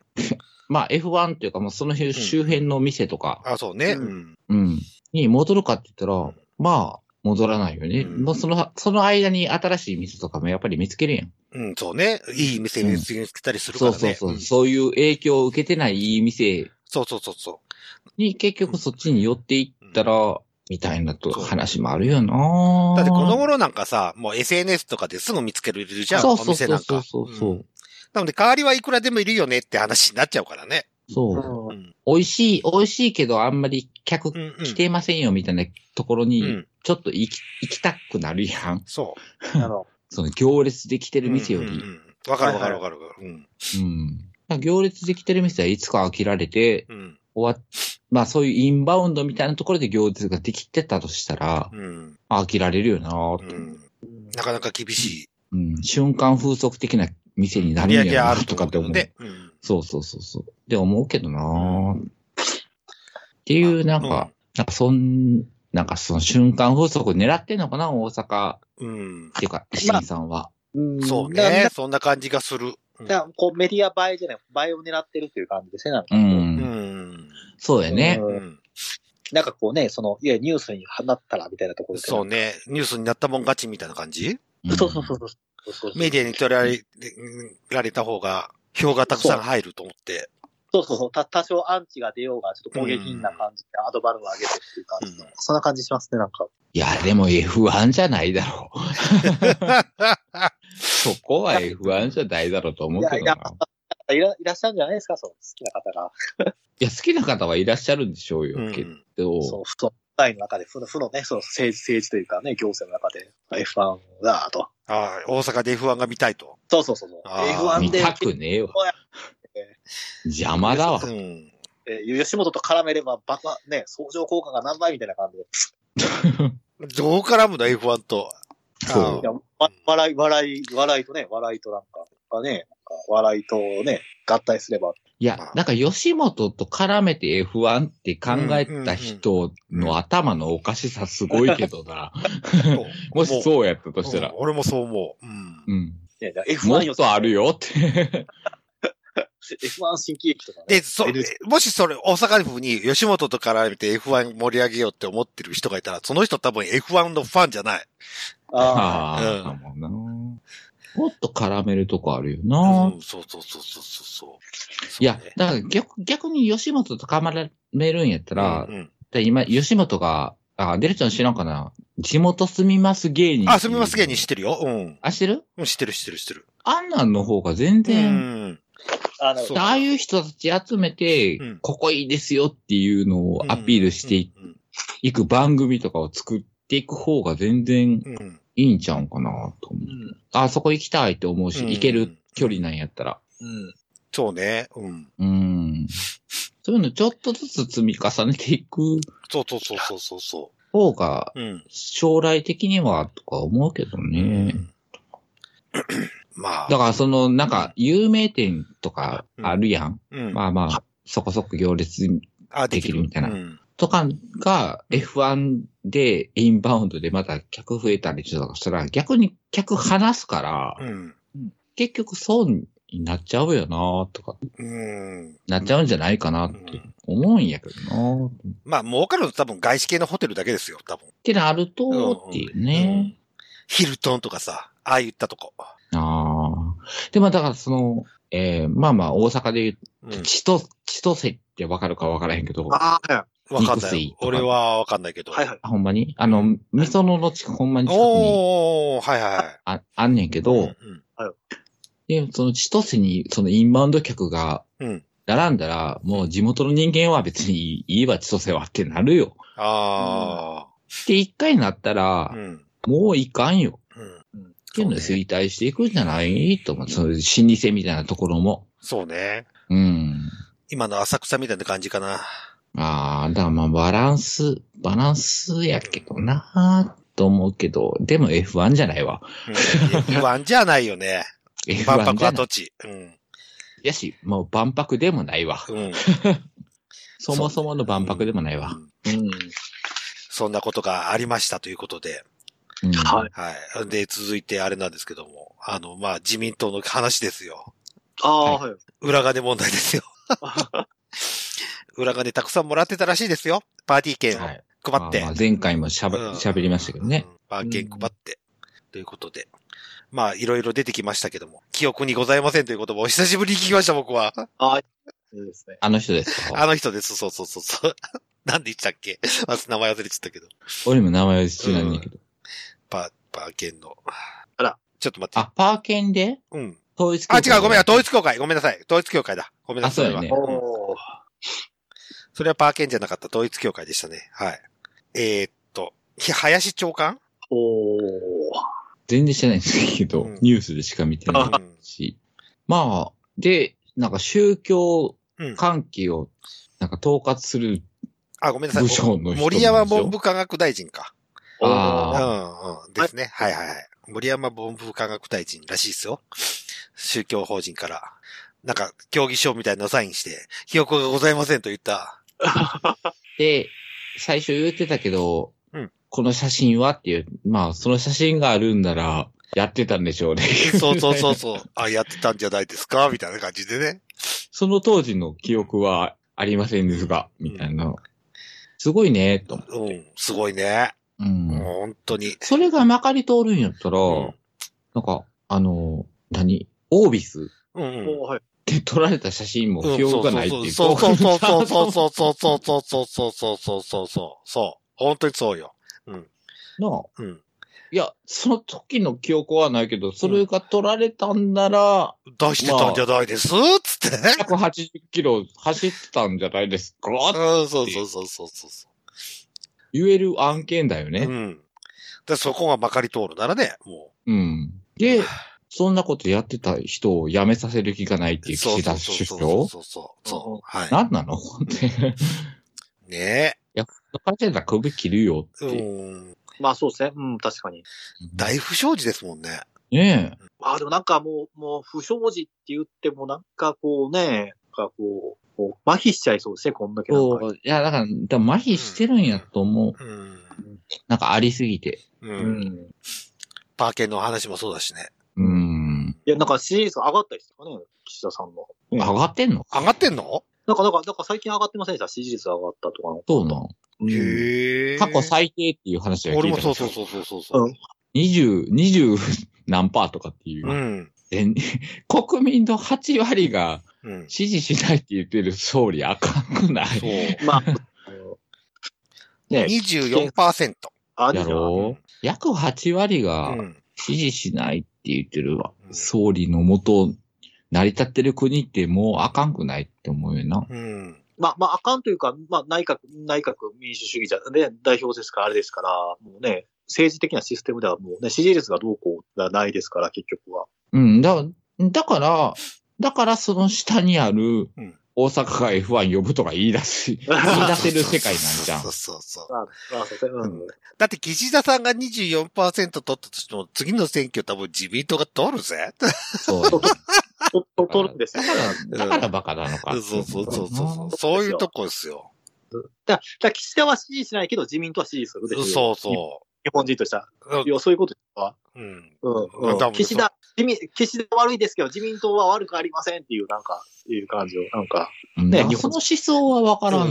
B: まあ F1 っていうかもうその辺周辺の店とか、
A: あ、そうね。う
C: うん
A: ん。
B: うん。に戻るかって言った
A: うん
B: ら、まあ、戻らないよね。
A: うん
B: もうその、その間に新しい店とかもやっぱり見つけるやん。
A: うん、そうね。いい店見つけたりするか
B: そ
A: ら
B: う
A: ね。
B: そうそう。
A: ん
B: そういう影響を受けてないいい店
A: そうそうそうそ
B: に結局そっちに寄っていったら、みたいなと
A: そう
B: 話もあるよな
A: う。だってこの頃なんかさ、もう SNS とかですぐ見つけれるじゃん、
B: そう
A: お
B: そう
A: 店
B: そ
A: な
B: うん
A: か。
B: そうそう。
A: うんなので、代わりはいくらでもいるよねって話になっちゃうからね。
B: そ
A: う
B: う。
C: う
A: んん。
B: 美味しい、美味しいけどあんまり客
A: うん、うん。
B: 来てませんよみたいなところ
A: う
B: に
A: ん、
B: ちょっと行き、行きたくなるやん。
A: そ
C: なるほ
B: その行列できて
A: う。
B: る店より。
A: うんうんうんわかるわかるわかるわかる。うん。
B: うん。行列できてる店はいつか飽きられて、
A: うん。
B: 終わっ、まあそういうインバウンドみたいなところで行列ができてたとしたら、
A: うん。
B: 飽きられるよな
A: う
B: ぁと、
A: ん。
C: ど
A: なかなか厳し。
B: うん。瞬間風速的な店にないる
A: いや
B: ん
A: い
B: や
A: や、ある
B: ろな
A: と
B: と
A: か
B: か
A: っ
B: ってて
A: 思
B: 思
A: う
B: う。
A: けどね。うん。
B: そうそうそうそう。って思うけどなぁっていう、なんか、なんかそん、なんかその瞬間風速狙ってんのかな大阪
A: うん。
B: っていうか、石井さんは。
C: うん
A: そう
C: だから
A: ね。そんな感じがする。うん
C: だからこうメディア映えじゃない、映えを狙ってるっていう感じですね、なんか。
B: う。
A: うんん。
B: そうだよね。
C: う
A: うんん。
C: なんかこうね、その、いや、ニュースに放ったらみたいなところで。
A: そうね。ニュースになったもん勝ちみたいな感じ
B: ん
C: そうそうそうそうそうそう。
A: メディアに取り上げられた方が、票がたくさん入ると思って。
C: そうそうそう。た、多少アンチが出ようが、ちょっと攻撃な感じでアドバルーンを上げてっていう感じの。
A: うん
C: そんな感じしますね、なんか。
B: いや、でも F1 じゃないだろ う。そこは F1 じゃないだろうと思
C: いうや、
B: け
C: い
B: ど
C: や
B: な。、
C: いらいらっしゃるんじゃないですか、その好きな方が。
B: いや、好きな方はいらっしゃるんでしょう
A: う
B: よ、け
A: ん。
B: ど。
C: そう、不動産の中で、負の、負のね、その政治、政治というかね、行政の中で、F1 だと。
A: ああ、大阪で F1 が見たいと。
C: そうそうそうそう。
A: あー
B: 見
C: F1 で、
B: たくねえわ。邪魔だわ
A: う。ん。
C: えー吉本と絡めれば、バカ、ね、相乗効果が何倍みたいな感じで。
A: どう絡むの ?F1 と。
B: そう
C: いや、わ笑い、笑い、笑いとね、笑いとなんか、がね、なんか笑いとね、合体すれば。
B: いや、なんか吉本と絡めて F1 って考えた人の頭のおかしさすごいけどな。 もし
A: う
B: そうやったとした
A: う
B: ら
A: ん。俺もそう思う。うん。
B: うん。
C: ね、
B: も
C: F1
B: っとあるよって。
C: F1 新喜劇とかね。
A: で、そ、
C: N-
A: もしそれ、大阪府に吉本と絡めて F1 盛り上げようって思ってる人がいたら、その人多分 F1 のファンじゃない。
C: ああ。
B: ああ、かもな。もっと絡めるとこあるよな。
A: うん、そうそうそうそうそうそう。
B: いや
A: そうね、
B: だから逆逆に吉本と絡めるんやったら、
A: うんうん
B: で今、吉本が、あ、デルちゃん知らんかな地元住みます芸人。
A: あ、すみます芸人知ってるよ。うん。
B: あ、知ってる
A: うん知ってる知ってる知ってる。
B: あんなんの方が全
A: う
B: 然、
A: ん。
C: あの
A: そ
B: でああいう人たち集めて、
A: うん
B: ここいいですよっていうのをアピールしてい,、
A: うん
B: く番組とかを作っていく方が全然
A: うんうん。
B: いいんちゃうんかなと思う。
C: うん。
B: あそこ行きたいって思うし、
A: うん
B: 行ける距離なんやったら。
C: うん。
A: そうね。うん。
B: うん。そういうのちょっとずつ積み重ねていく
A: そうそうそうそうそうそ
B: 方が
A: う。うん。
B: 将来的にはとか思うけどね。
A: まあ。
B: だからその、なんか、有名店とかあるやん。
A: うん。
B: まあまあ、そこそこ行列
A: あ、
B: できるみたいな
A: うん。
B: とかが F1 でインバウンドでまた客増えたりとかしたら、逆に客離すから、
A: うん。
B: 結局損になっちゃうよなとか、
A: うん。
B: なっちゃうんじゃないかなって思うんやけどなっ
A: まあ、儲かるの多分外資系のホテルだけですよ、多分。
B: てなると、っていうね。
A: ヒルトンとかさ、ああいったとこ。
B: ああ。でもだからその、えー、まあまあ大阪で言う
A: うん
B: と、。千歳、千歳ってわかるかわからへんけど、
C: ああ、
A: わかん
B: 肉
A: な
B: 水
A: い
B: と。か
A: 俺はわかんないけど。
C: はいはい。
B: あほんまにあの、味噌ののち、ほんまに近くに
A: おー、はいはい。
B: ああんねんけど、
A: ん
B: で、その千歳に、そのインバウンド客が
A: うん。うん。
B: 並んだら、もう地元の人間は別にいいわ、千歳はってなるよ。
A: あ
B: で、一回なった
A: あ。
B: ら
A: う、ん。
B: もういかんよ。
A: うん。
B: っていうので
A: そうね
B: 衰退していくんじゃないと思う。その老舗みたいなところも。
A: そうね。
B: うん。
A: 今の浅草みたいな感じかな。
B: ああ、だからまあバランス、バランスやけどなーと思うけど、でも F1 じゃないわ。
A: うん F1 じゃないよね。
B: F1 じゃ
A: 万
B: ない
A: 博。跡地。うん。
B: やし、もう万博でもないわ。
A: うん。
B: そもそもの万博でもないわ。
C: うん。
A: そんなことがありましたということで。
B: うん
C: はい。
A: はい。で、続いてあれなんですけども。あの、まあ、自民党の話ですよ。
C: ああ、はい。
A: 裏金問題ですよ。 裏金たくさんもらってたらしいですよ。パーティー券を
B: はい
A: 配って
B: まあま。あ前回もしゃべ、
A: うん
B: 喋りましたけどね。。
A: パー券配って。ということで。まあ、いろいろ出てきましたけども、記憶にございませんという言葉を久しぶりに聞きました、僕は。
C: ああ、いいですね。
B: あの人です
A: あ
B: か
A: の人です。そうそうそうそう。 なんで言っちゃっけまず名前忘れちゃったけど。
B: 俺も名前知らないんだけど。
A: パー、パー券の。
C: あら。
A: ちょっと待って。
B: あ、パーケンで
A: うん。
B: 統一
A: あ、違う、ごめん、統一協会。ごめんなさい。統一協会だ。ごめんなさい。
B: あそうだよね
A: れは
C: おー
A: それはパーケンじゃなかった。統一協会でしたね。はい。えーっと、ひ林長官
C: おー
B: 全然してないんですけど、
A: うん
B: ニュースでしか見てない
A: うん
B: し。まあ、で、なんか宗教
A: うん。
B: 関係を、なんか統括する
A: あ、ごめんなさい。
B: 部署の人なんですよ。
A: 森山文部科学大臣か。
C: おー
A: う
B: あ
A: んうん。ですね。はいはいはい。森山文部科学大臣らしいですよ。宗教法人から。なんか、協議書みたいなのサインして、記憶がございませんと言った。
B: で、最初言ってたけど、
A: うん
B: この写真はっていう、まあ、その写真があるんなら、やってたんでしょうね。
A: そうそうそうそう。あ、やってたんじゃないですかみたいな感じでね。
B: その当時の記憶はありませんですが、みたいな。すごいね、と。
A: うん。すごいね。
B: うん。
A: もう本当に。
B: それがまかり通るんやったら、
A: うん
B: なんか、あの、何オービス
A: うんうん。
C: おーはい
B: で撮られた写真も記憶がないっていう。
A: そうそうそうそうそうそうそうそうそうそうそうそうそうそうそうそう。本当にそうよ。
B: なあ
A: うん。
B: いや、その時の記憶はないけど、それが撮られたんなら、
A: 出してたんじゃないですつ ってね。
B: 180キロ走ってたんじゃないですか
A: うん、そうそうそうそうそうそ
B: 言える案件だよ
A: う。う
B: ね。
A: ん。で、そこがまかり通るならね、も
B: うん。で、そんなことやってた人を辞めさせる気がないっ
A: う。
B: ていう岸田首
A: そう
B: 相
A: そうそう。
C: う
A: そ
C: ん
A: う。はい。
B: 何なのって。
A: ね
B: 会社だったら首切るよっ
A: え。
B: て。
A: うん。
C: まあそうですね。うん、確かに。
A: 大不祥事ですもんね。
B: ねえ。
C: ああ、でもなんかもう、もう、不祥事って言ってもなんかこうね、なんかこう、こう麻痺しちゃいそうですね、こんだけなんか。
B: そう。いや、だから、だから麻痺してるんやと思
A: う
B: う。
A: ん。
B: なんかありすぎて。
A: う。
C: うんん。
A: パーケンの話もそうだしね。
B: うん。
C: いや、なんか支持率上がったりしたかね、岸田さんの。
B: 上がってんの
A: 上がってんの
C: なんか、なんか、なんか最近上がってませんでした支持率上がったとかの。
B: そうなん。
C: うん
A: へえ。
B: 過去最低っていう話が聞いた
A: 俺
B: ん
A: も
B: ですよ
A: そうそうそうそうそう。
B: 20、20何パーとかっていうう。
A: ん。
B: で国民の8割が
A: うん。
B: 支持しないって言ってる総理あかんくない
A: そう。
C: まあ、あのね
A: 24%。
C: あ
B: や
C: るじゃん。
B: ろう約8割が
A: うん。
B: 支持しないって言ってるわ。
A: うん
B: 総理のもと、成り立ってる国ってもうあかんくないって思うよな。
A: うん。
C: まあ、まあ、あかんというか、まあ、内閣、内閣民主主義じゃ、ね、代表ですから、あれですから、もうね、政治的なシステムではもうね、支持率がどうこうがないですから、結局は。
B: うん、だ、だから、だからその下にある
A: うん、
B: 大阪が F1 呼ぶとか言い出す、言 い出せる世界なんじゃん
A: そう。そうそう。
C: まあ、まあ、そうですねうん。
A: だって岸田さんが24%取ったとしても、次の選挙多分自民党が取るぜ。
B: そう。だ
C: と、と、取るんですよ。
B: から、だからバカなのか。
A: そうそうそうそうそう。
C: う
A: そういうとこですよ。
C: だだから岸田は支持しないけど、自民党は支持するでしょ。
A: そうそ
C: 日本人としたら。
A: う
C: い。や、そういうことですか。
A: うん。
C: うん、
A: 多
C: う
A: 分
C: ん。岸田、自民、岸田悪いですけど、自民党は悪くありませんっていう、なんか、いう感じを、なんか。
B: うん
C: ね
B: だからその思想はわからん。
A: う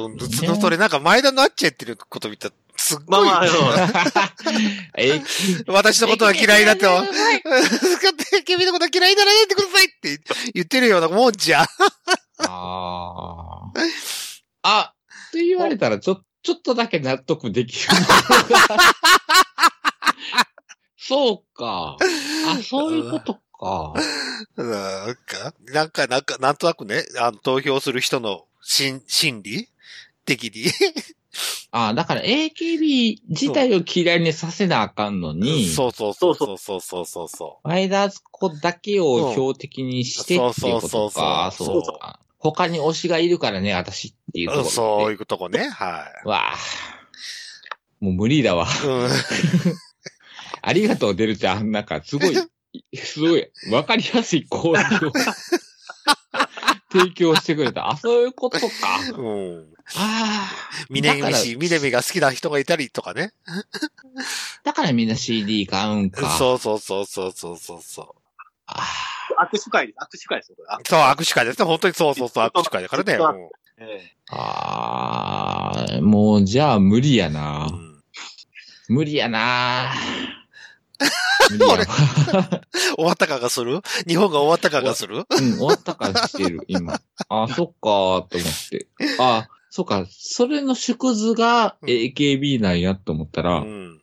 A: ん。うんそれなんか前田のあっちゃってること見たら、すっ
C: まあ
A: ごい、
C: まあ、
B: え、
A: 私のことは嫌いだと。君のことは嫌いならやってくださいって言ってるようなもんじゃん。
B: ああ。あ、って言われたら、ちょ、ちょっとだけ納得できる。 そうか。あ、そういうことか。
A: なんか、なんか、なんか、なんとなくね、あの、投票する人の心、心理的に。
B: あだから AKB 自体を嫌いにさせなあかんのに、
A: そうそうそうそうそうそうそうそ
B: 前田敦子だけを標的にして
A: うん
B: っていうこ
A: そうそう
B: と
A: そう
B: か。
A: そう
B: そうか。他に推しがいるからね、私っていうところ
A: う。
B: で。
A: そういうとこね、は
B: わあ。もう無理だわ。
A: い。うん。
B: ありがとう、デルちゃん。なんか、すごい、 すごい、わかりやすい講 義を提供してくれた。あ、そういうことか。
A: うん。
B: あ
A: 南
B: だから
A: し、南が好きな人がいたりとかね。
B: あ。だからみんな CD 買うんか。う。
A: そうそうそうそうそうそうそう。
B: ああ
C: 握手会です。握手会ですよ、これ。
A: そう、握手会ですね。本当にそうそうそう、握手会だからね。も
C: え
B: ああ、もう、じゃあ無理や
A: う
B: な。
A: うん
B: 無理やな。無理やわ
A: 終わった感がする日本が終わった感がする
B: うん、終わったからしてる、今。あ、そっかーと思って。あ、そっか、それの縮図が AKB なんやと思った
A: う
B: ら、
A: ん。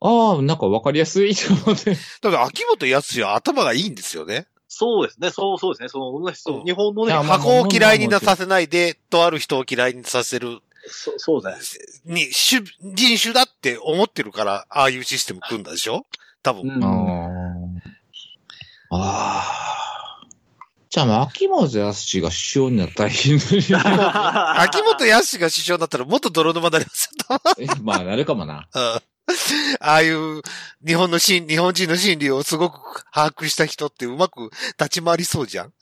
B: ああ、なんかわかりやすい と思って。
A: だから秋元康は頭がいいんですよね。
C: そうですね、そうそうですね、その、ねそう
A: うん
C: 日本の
B: い
C: ね
B: や、まあ
A: 箱を嫌いになさせないで、とある人を嫌いにさせる、
C: そそうですね。
A: に、種、人種だって思ってるから、ああいうシステム組んだでしょ多分。
C: うん
B: ああ。じゃあ、まあ秋元康が首相になったらいいの
A: 秋元康が首相だったらもっと泥沼になりますよ。
B: にまあ、なるかもな。
A: うんああいう、日本の心、日本人の心理をすごく把握した人ってうまく立ち回りそうじゃん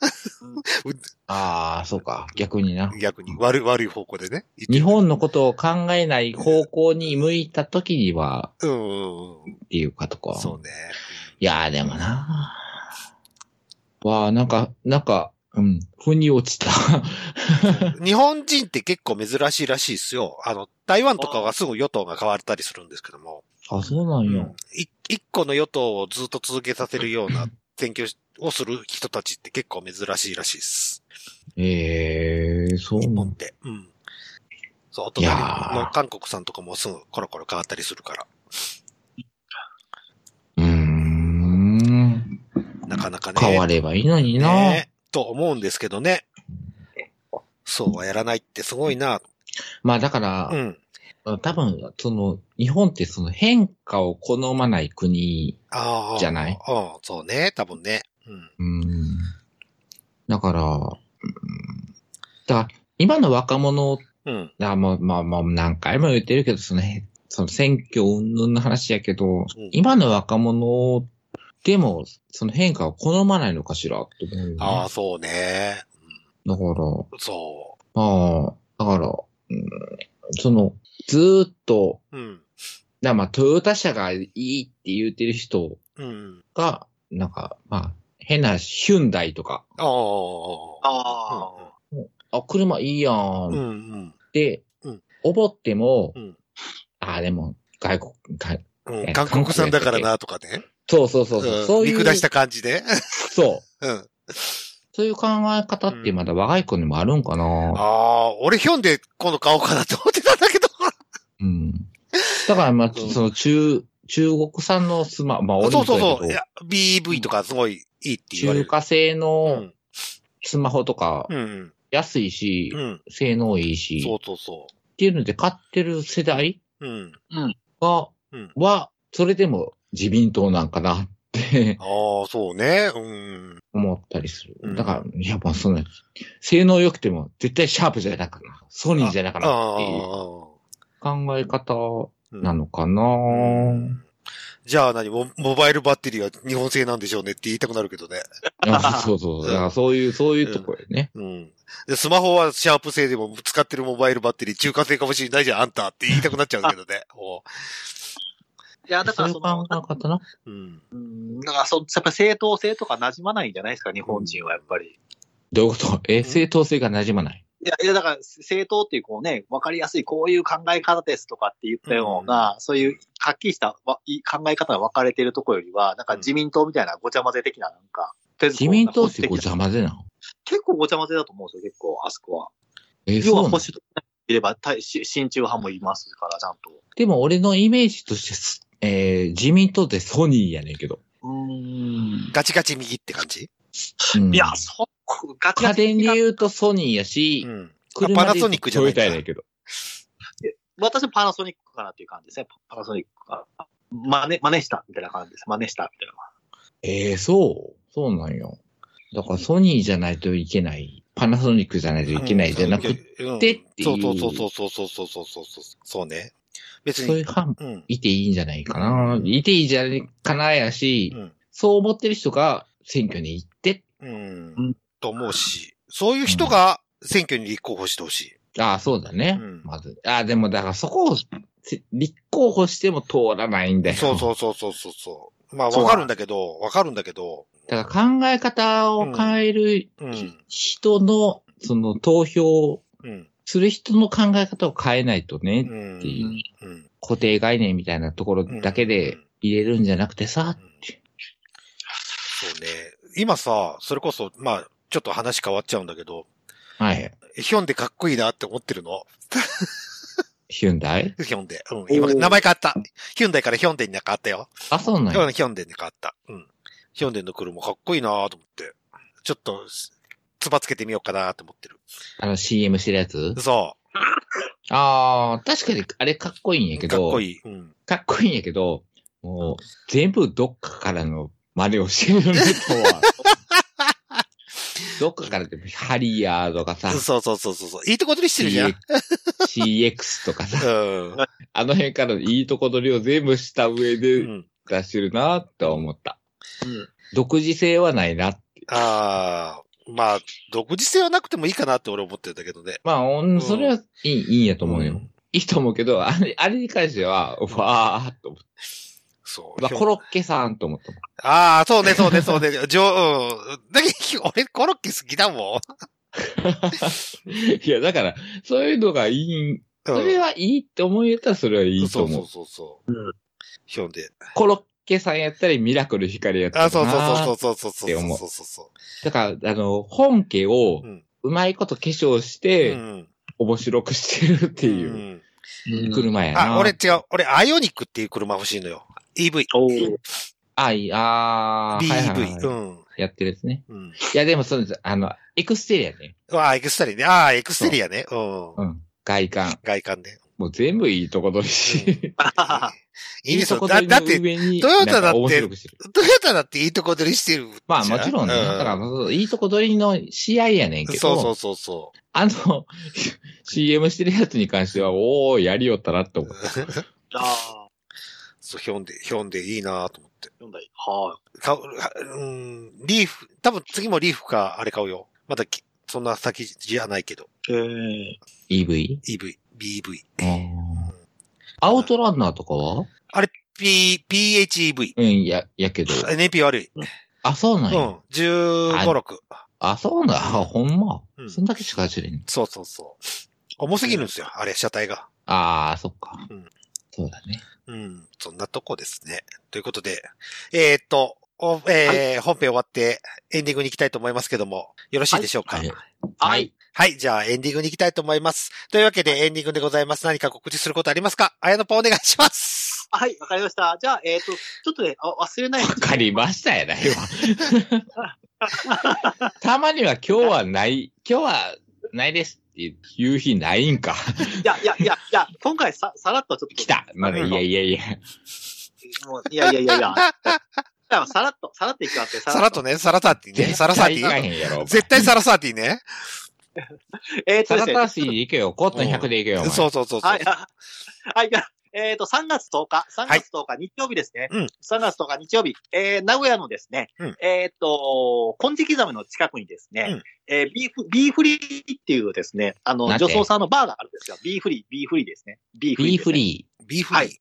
B: ああ、そうか。逆にな。
A: 逆に。悪い、悪い方向でね。
B: 日本のことを考えない方向に向いた時には、
A: うんうんうん。
B: っていうかとか。
A: そうね。
B: いやー、でもなー。わあ、なんか、なんか、うん、腑に落ちた。
A: 日本人って結構珍しいらしいですよ。あの、台湾とかはすぐ与党が変わったりするんですけども、
B: あ、そうな
A: うん
B: よ
A: ん。、い一個の与党をずっと続けさせるような選挙をする人たちって結構珍しいらしいです。
B: ええー、そう
A: 日
B: な
A: 本っ
B: ん
A: て。うん。そう、お隣
B: いや
A: の
B: ー
A: 韓国さんとかもすぐコロコロ変わったりするから、
B: うーん。
A: なかなかね。
B: 変わればいいのにな。
A: ねと思うんですけどね。そうはやらないってすごいな。
B: まあだから
A: う、ん。
B: 多分、その、日本ってその変化を好まない国、
A: ああ。
B: じゃない
A: うん、そうね。多分ね。うん。
B: うん。だから、うん、だから今の若者
A: うん。
B: あまあまあまあ、何回も言ってるけど、その、へその選挙云々の話やけど、
A: うん
B: 今の若者でも、その変化を好まないのかしらって思うよね、
A: ああ、そうね。
B: だから、
A: そ
B: ああ、だから、うん、その、ずーっと、
A: う。うん。
B: だからまあ、トヨタ車がいいって言ってる人
A: うん。
B: が、なんか、まあ、変なヒュンダイとか、
A: ああ。
C: ああ、
B: あ、車いいやん
A: うん
B: っ
A: うん。
B: て
A: うん、
B: 思っても、
A: うん
B: ああ、でも、外国、外
A: うん、韓国産だからな、とかね。
B: そうそうそうそう、そううんいう。
A: 見下した感じで。
B: そう。
A: うん。
B: そういう考え方ってまだ若い子にもあるんか
A: あ
B: な、
A: あ、俺ヒョンで今度買おうかなと思ってたんだけど。
B: うん、だからまあ、
A: うん
B: その中、中国産のスマ、まあ俺
A: そ
B: も
A: うそう
B: や
A: そ
B: け
A: う。い
B: ど
A: や、BEV とかすごいいいって言われ
B: 中
A: る。
B: 華製
A: う
B: の
A: ん。
B: スマホとか
A: うん。
B: 安いし、
A: うん。
B: 性能いいし、
A: そう
B: っ
A: そうそ
B: ていうので買ってる世代
A: う。うん。
B: が、
A: うん
B: は、それでも自民党なんかなって
A: ああ、そうね。うん。
B: 思ったりする。
A: うん
B: だから、いやっぱその、性能良くても絶対シャープじゃなかな。ソニーじゃなか
A: あ
B: な
A: あ
B: っていう考え方
A: うん。
B: なのかな、
A: じゃあ何モモバイルバッテリーは日本製なんでしょうねって言いたくなるけどね。
B: あそうそう。だからそういう、そういうところね。
A: うん。で、スマホはシャープ製でも使ってるモバイルバッテリー中華製かもしれないじゃん、あんたって言いたくなっちゃうけど ね。お
C: いや、だか
B: そう
C: ら
B: いう
C: そ
B: 考え、
C: の
B: 方な。
A: ううん。
C: うんだからそ、やっぱり正当性とか馴染まないんじゃないですか、日本人はやっぱり。
B: どういうことえ、正当性が馴染まない。
C: いや、いやだから、正当っていう、こうね、わかりやすい、こういう考え方ですとかって言ったような、そういう、はっきりしたわい考え方が分かれてるところよりは、なんか自民党みたいなごちゃ混ぜ的な、なんか、
B: 自民党ってごち
C: ゃ
B: ゃ混ぜなの
C: 結構ごちゃ混ぜだと思うんですよ、結構、あそこは。
B: え、
C: 要
B: そ
C: は
B: うな
C: 保
B: の
C: 守党いれば、対し親中派もいますから、ちゃんと。
B: でも俺のイメージとしてす、えー自民党ってソニーやねんけど。
C: うん。
A: ガチガチ右って感じ
B: うん
C: いや、そこ、ガチ
B: 家
C: ガチ
B: 電で言うとソニーやし、
A: ん。
B: 車で
A: あパナソニックじゃないんだ
B: トヨタやねんけど。
C: 私はパナソニックかなっていう感じですね。パナソニックかな。真似、真似したみたいな感じです。真似したみたいな。
B: えー、そう。そうなんよ。だからソニーじゃないといけない。パナソニックじゃないといけないじゃなくて、
A: うん
B: ってっていう
A: そうそうそうそうそうそうそうそうそう。そうね。別
B: そうい
A: に
B: う。反
A: うん。
B: いていいんじゃないかな。いていいんじゃないかなやし、
A: うん。
B: そう思ってる人が選挙に行って、
A: うん。
C: うん
A: と思うし、そういう人が選挙に立候補してほしい。
B: ああ、そうだね。
A: うん
B: まず。ああ、でもだからそこをせ立候補しても通らないんだよ。
A: そう
B: う。
A: そうそうそうそうそう。まあ、
C: そう
A: わかるんだけど、わかるんだけど、
B: だから考え方を変える
A: うん。
B: 人の、その投票
A: うん。
B: する人の考え方を変えないと
A: う
B: ね、
A: ん
B: っていう
C: うん
A: うん。
B: 固定概念みたいなところだけで入れるんじゃなくてさ、
A: そうね。今さ、それこそ、まあ、ちょっと話変わっちゃうんだけど、
B: はい。
A: ヒョンでかっこいいなって思ってるの。
B: ヒュンダイ
A: ヒョンデ。うん。今、名前変わった。ヒュンデからヒョンデになんかあったよ。
B: あ、そうなん
A: う
B: や。
A: んヒョンデンで変わった。うん。ヒョンデンの車かっこいいなと思って。ちょっと、つばつけてみようかなと思ってる。
B: あの CM してるやつ
A: そ
B: ああ、確かにあれかっこいいんや
A: う。
B: け
A: かっ
B: ど、
A: こいい。うん。
B: かっこいいんやけど、もう、全部どっかからの真似をしてるね、と は。どっかからって、ハリアーとかさ、
A: そうそうそうそうそう。いいとこ取りしてるじゃん。
B: CX とかさ、
A: うん。
B: あの辺からのいいとこ取りを全部した上
A: う
B: で
A: ん。
B: 出してるなって思った。独自性はないな。
A: ああ、まあ、独自性はなくてもいいかなって俺思ってるんだけどね。
B: まあ、おんそれはいい、いいんやと
A: と
B: 思うよ。。いいと思うけど、あれ、あれに関しては、わーっと思っ
A: そう。
B: た。まあ、コロッケさんと思ったもん。
A: ああ、そうね、そうね、そうね。 上、うん。だけど、俺、コロッケ好きだも
B: いや、だから、そういうのがいい、
A: ん。
B: それはいいって思えたらそれはい
A: い
B: いと思う。
A: そうそうそうう。
C: ん
A: ヒョンデ。
B: コロッケさんやったり、ミラクル光やったり。
A: あそうそう
B: う。
A: そうそうそうそうそうそうそうそ
B: だから、あの、本家を
A: う。う、ん。
B: うまいこと化粧し
A: う
B: て、
A: ん。っ
B: 面白くしてるっていう
C: うん
B: 車やな。
A: あ、俺違う。俺、アイオニックっていう車欲しいのよ。EV。
C: おー
B: あ、いい、あーはいはいはい
A: BEV。うん。
B: やってるですね。
A: うん。
B: いや、でもそうです。あの、エクステリアね。
A: ああ、エクステリアね。ああ、エクステリアね。うん。
B: うん。外観。
A: 外観 ね。
B: もう全部いいとこ取りし。
A: いいですよ。
B: とこ
A: だ
B: 取り
A: だ
B: の
A: って、
B: 上に
A: トヨタだって
B: なんか面白くしてる。
A: トヨタだっていいとこ取りしてるじゃ。
B: まあもちろんね。
A: う
B: だからそう、いいとこ取りの試合やねんけど。
A: そうそうそうそ
B: あの、CM してるやつに関しては、おー、やりよったなって思
A: う
B: う。。
C: あ
A: そう、ヒョンデ、ヒョンデいいなと思って。
C: ー、4台。は
A: 買う、はうん、リーフ、多分次もリーフか、あれ買うよ。まだき、そんな先じゃないけど。
C: い。え
B: EV?
A: EV、BEV。
B: アウトランナーとかは
A: P、PHEV。
B: うん、や、やけど。
A: NP 悪い。
B: あ、そう
A: う
B: なんや。
A: ん。15、6。
B: あ、そうなんや。あほんま。
A: うん
B: そんだけしか走れん。
A: そうそうそう。重すぎるんですよ、あれ、車体が。
B: あー、そっか
A: うん。
B: そうだね。
A: うん、そんなとこですね。ということで、えーっと、おえー本編終わってエンディングに行きたいと思いますけども、よろしいでしょうか、
B: はい
C: ー、はい。。
A: はい、じゃあエンディングに行きたいと思います。というわけでエンディングでございます。何か告知することありますか綾野ぽお願いします。
C: あはい、わかりました。じゃあ、えっ、と、ちょっとね、あ忘れないう
B: わ
C: ちに
B: かりましたやないわ。 たまには今日はない、今日はないですっていう日ないんか。
C: いや、いや、いや、いや、今回さ、さらっとちょっと。
B: 来た。まだ、いやいやいや。
C: もういやいやいやいや。いやさらっと、さらっといきますね。
A: サラとね、サラサーティね、サラサーテ
B: 絶対行か
A: ィ
B: へんやろ。
A: 絶対サラサーティね。
C: えっ、と
B: サ
C: で
B: ラ
C: すね。
B: タシーで行けよ。コットン100で行けよ。お前
A: そうそうそうそう。
C: はい。 はい。じゃあえっ、と、3月10日、3月10日、日曜日ですね。
A: うん
C: 3月10日、日曜日、えー、名古屋のですね、
A: うん
C: えっ、と、金色刻みの近くにですね、
A: うん
C: えービーフ、ビーフリーっていうですね、あの、
B: なんて
C: 女装さんのバーがあるんですよ。ビーフリー、ビーフリーですね。ビーフリー、
B: ビーフリ
A: ビーフリー。
C: はい
B: ー。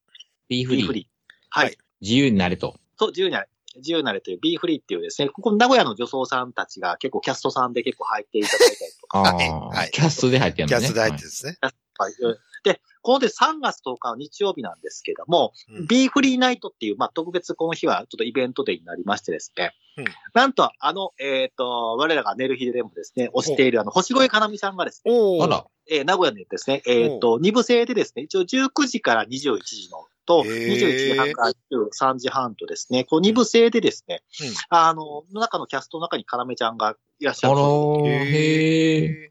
B: ビー
C: ー
B: フ
C: ビー
B: リ
C: フ
B: ー。
C: リー。はい。
A: はい
B: 自由になれと。
C: そう、自由になれ。自由になれという、ビーフリーっていうですね、ここ名古屋の女装さんたちが結構キャストさんで結構入っていただいたりとか、
B: あ
A: はいは
B: あ
A: い。
B: キャストで入ってん
A: キャ
B: の
A: ス
B: ね。
A: トで入ってるんですね。
C: はい で、こので3月10日の日曜日なんですけども、
A: うん
C: ビーフリーナイトっていう、まあ、特別この日はちょっとイベントデーになりましてですね、
A: うん
C: なんと、あの、えっ、と、我らが寝る日でもですね、推しているあの、星越かなみさんがですね、
A: お
B: はい。あ
A: ー。
B: ら。
C: えー名古屋でですね、えっ、と、2部制でですね、一応19時から21時のと、
A: へ
C: 21
A: ー
C: 時半から23時半とですね、こう2部制でですね、
A: うん
C: あの、の中のキャストの中にかなめちゃんがいらっし
B: あ
C: ゃ
B: ら
C: るそうで
B: ー。へえ。
C: えー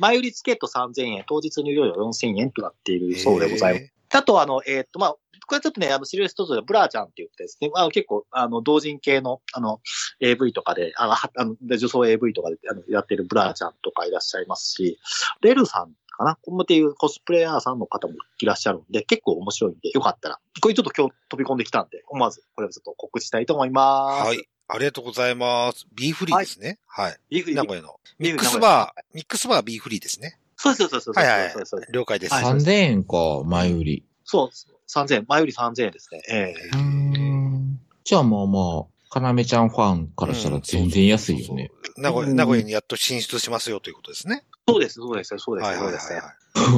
C: 前売りチケット3000円、当日入場料4000円となってい
A: へ
C: る
A: ー
C: そうでございます。。あと、あの、えーっと、まあ、これちょっとね、あの、シリウストーでブラーちゃんって言ってですね、あの、結構、あの、同人系の、あの、AV とかで、あの、はあので女装 AV とかであのやってるブラーちゃんとかいらっしゃいますし、レルさんかなこんっていうコスプレイヤーさんの方もいらっしゃるんで、結構面白いんで、よかったら、これちょっと今日飛び込んできたんで、思わず、これをちょっと告知したいと思います。
A: はい。。ありがとうございます。ビーフリーですね。はい。
C: ビーフリ
A: 名
C: ー。
A: 古屋の。ミ
C: ビ
A: ッ
C: ーフ
A: ク
C: リー
A: スバー、ミックスバービーフリーですね。
C: そうそうそうそう。
A: はいはい
C: そうそうそう
A: 了解です。
C: はい
B: 3000円か、前売り。
C: そうそう。3000円。前より3000円ですね。ええ
B: うーんじゃあまあまあ、かなめちゃんファンからしたら全然安いよね。
A: 名古屋、名古屋にやっと進出しますよということですね。
C: そうです、そうです、そうです、
A: はい
C: そ
A: は
C: う
A: いは
C: で
A: い
C: すね。
A: は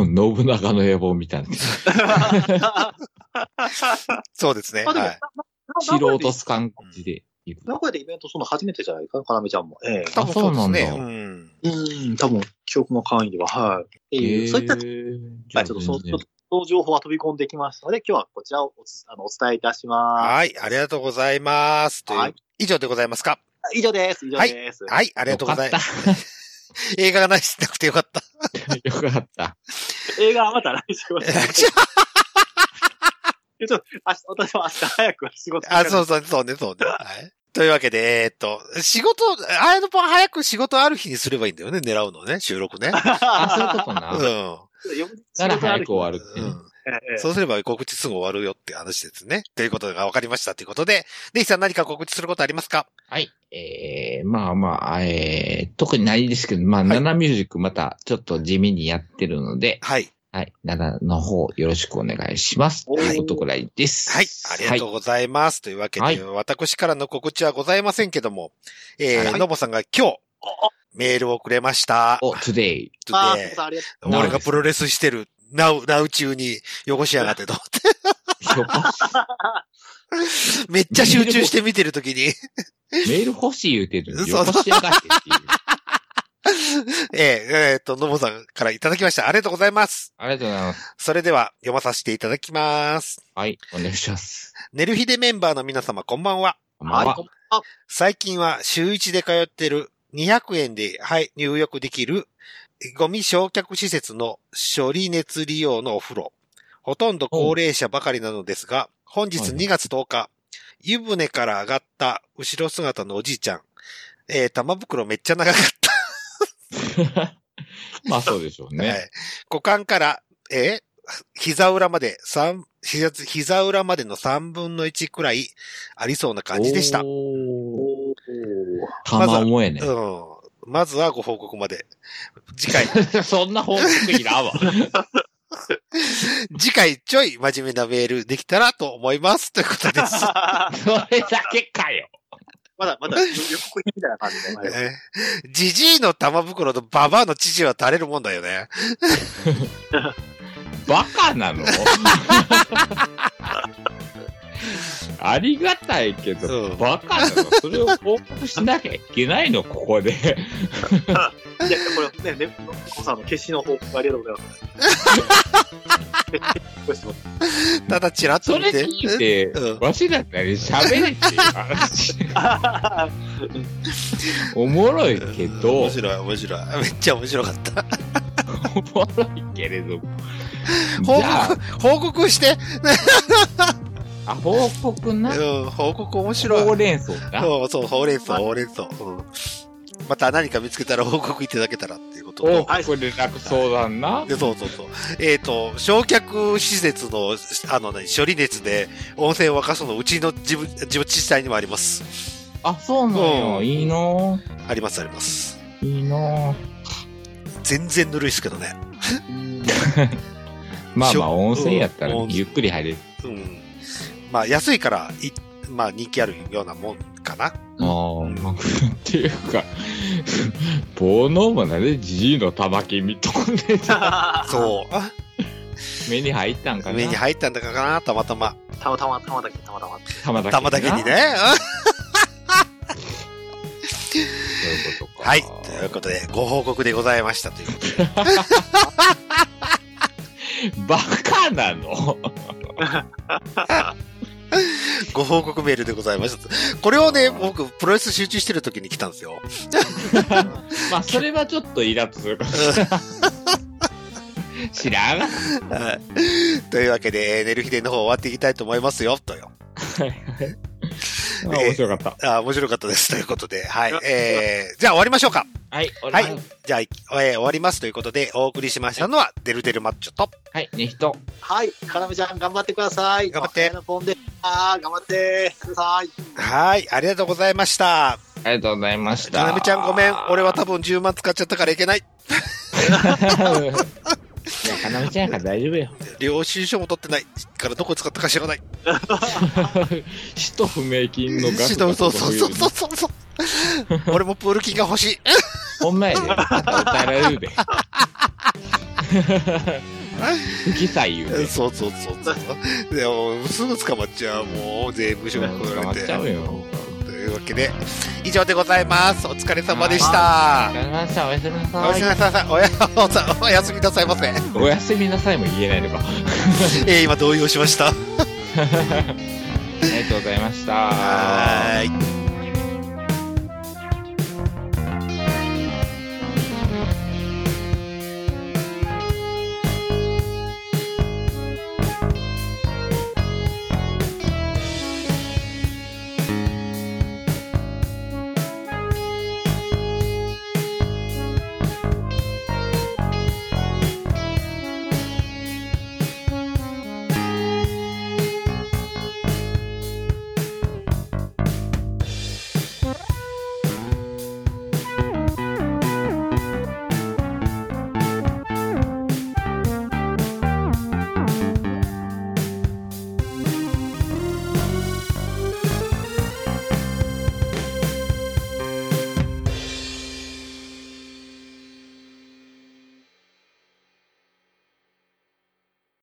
A: い。
B: 信長の野望みたいな。
A: そうですね。
C: まあでも
A: はい。
B: 素
C: な
B: 人スカンジで行く。
C: 名古屋でイベントするの初めてじゃないか、かなめちゃんも。ええ
A: 多分そうですね
B: あ。そう
A: うん。
C: うん、多分、記憶の範囲では、はい。っていう、そういった、
B: へー
C: まあちょっとそう、ち
B: じゃ
C: ょ
B: あ
C: っとの情報が飛び込んできましたので、今日はこちらをおつあのお伝えいたしま
A: はい、ありがとうございます。という、
C: はい
A: 以上でございますか
C: す。以上です。以上です。
A: はい、ありがとうございます。
B: す。
A: 映画がないしなくてよかった。
B: よかった。
C: 映画はまた来 週は。ちょっと、明日、私は明日早く仕事。
A: あ、そううそう、そうね、そうね。はい。というわけで、えーっと、仕事、あやのぽん早く仕事ある日にすればいいんだよね、狙うのね、収録ね。
B: あ、そういうことな。
A: う
B: だ
A: ん。
B: から早く終わるって
A: う
B: ね。
A: ん。
C: ええ
A: そうすれば告知すぐ終わるよって話ですね。ということが分かりましたということで、ネイさん何か告知することありますか
B: はい。えー、まあまあ、えー、特にないですけど、まあ、
A: はい
B: ナナミュージックまたちょっと地味にやってるので、
A: はい。
B: はい。ナナの方よろしくお願いします。
C: おー
B: はい。ことぐらいです。
A: はい。ありがとうご
B: は
A: ざいます。というわけで、
B: はい
A: 私からの告知はございませんけども、えー、
B: はい
A: のぼさんが今日、メールをくれました。
B: い。お、today。
C: あー、
A: で
C: そうそうありがと
B: う
A: 俺がプロレスしてる、なう、なう中に汚しやがってと思って、
B: よ こ
A: めっちゃ集中して見てるときに、
B: メール欲しい言うてるのに、
A: そうそ
B: よ
A: う
B: こしやがってっていう。
A: えー、えーっと、のぼさんからいただきました。ありがとうございます。
B: ありがとうございます。
A: それでは、読まさせていただきます。
B: はい。お願いします。
A: 寝る日でメンバーの皆様、こんばんは。
B: こん
C: う。
B: ばん
C: は。
B: はい
A: 最近は週一で通ってる200円で、はい、入浴できるゴミ焼却施設の処理熱利用のお風呂。ほとんど高齢者ばかりなのですが、本日
B: はい
A: 2月10日、湯船から上がった後ろ姿のおじいちゃん。えー玉袋めっちゃ長かった。
B: まあそうでしょうね。
A: はい股間から、えー膝裏まで三膝、膝裏までの3分の1くらいありそうな感じでした。
B: おー
C: おー
B: たま思えね。
A: うん。まずはご報告まで。次回、
B: そんな報告いらん わ。
A: 次回ちょい真面目なメールできたらと思います。ということです。
B: それだけかよ。
C: まだ、まだ、予告編みたいな感じで。はい
A: ねジジイの玉袋とババアの乳は垂れるもんだよね。
B: バカ なのありがたいけど、
A: うん
B: バカなのそれを報告しなきゃいけないのここで。
C: いや、これね、ね、コさんの決死の報告ありがとうございます。
A: ただチラッと
B: そ
A: 見
B: れ
A: て。
B: 聞いて
A: うん、
B: わしだったり喋れっていう 話。おもろいけど、お
A: 面白い、面白い。めっちゃ面白かった。
B: もろいけれども。
A: 報
B: じゃあ
A: 告、報告して。
B: あ、報告な。
A: うん、報告面白い。
B: ほうれん草な。
A: そうそう、ほうれん草、ほうれん草。うんまた何か見つけたら報告いただけたらっていうことと
B: お、これ連絡相談な。
A: で、そうそうそう。えっ、と、焼却施設の、あの、ね、処理熱で温泉を沸かすの、うちの自分、自分自治体にもあります。
B: あ、そうなの、
A: う
B: よ
A: ん
B: いいの
A: あります、あります。
B: いいの
A: 全然ぬるいですけどね。
B: まあ
A: し
B: まあ、
A: ょ
B: 温泉やったら
A: うん
B: ゆっくり入れる。
A: うん。まあ、安いから、いまあ、人気あるようなもんかな。
B: ああ、っていうか、煩悩もなんでじじいの玉金見とんでた。
A: そう。
B: 目に入ったんかな
A: 目に入ったんだかな、たまたま。
C: う。たまたま、たまだけ、たまたま。
B: 玉だけ
A: たまだけにね。
B: そういうことか。
A: はい。ということで、ご報告でございましたということで。
B: バカなの
A: ご報告メールでございました。これをね、僕、プロレス集中してる時に来たんですよ。
B: まあ、それはちょっとイラッとするかも知らん。
A: はいというわけで、寝る日での方終わっていきたいと思いますよ、とよ。
B: あ面白かった。
A: あー面白かったです、ということで。はい
C: あ。
A: えー、じゃあ終わりましょうか。
B: はい、俺
A: は
B: はいい。
A: じゃあ、いえー終わりますということで、お送りしましたのは、デルデルマッチョと、
B: はい、ね、人。
C: はい、かなめちゃん、頑張ってください。
A: 頑張って
C: あのポンで。あー頑張ってください。
A: はい、ありがとうございました。
B: ありがとうございました。
A: かなみちゃんごめん。俺は多分10万使っちゃったからいけない。
B: いや、かなみちゃんやから大丈夫よ。
A: 領収書も取ってない。からどこ使ったか知ら ない。
B: 使途不明金の額
A: し
B: が
A: どそ
B: ここ
A: うそうそうそうそうそう。 俺もプール金が欲しい。
B: ほんまやで。また歌られるで。不記載言う で。
A: そうそうそうそう。でも、すぐ捕まっちゃう。もう、税務署に来ら
B: 捕まっ
A: れて
B: ち。ゃうよ。
A: というわわけで、 以上でございます。お疲れ様でした
B: わ。かりました。おやすみな
A: おや
B: さ
A: す
B: い
A: み。なさい。おや、おさおやすみなさいませ。
B: おやすみなさいも言えないのか。
A: えー今動揺しました。
B: ありがとうございました。
A: はーい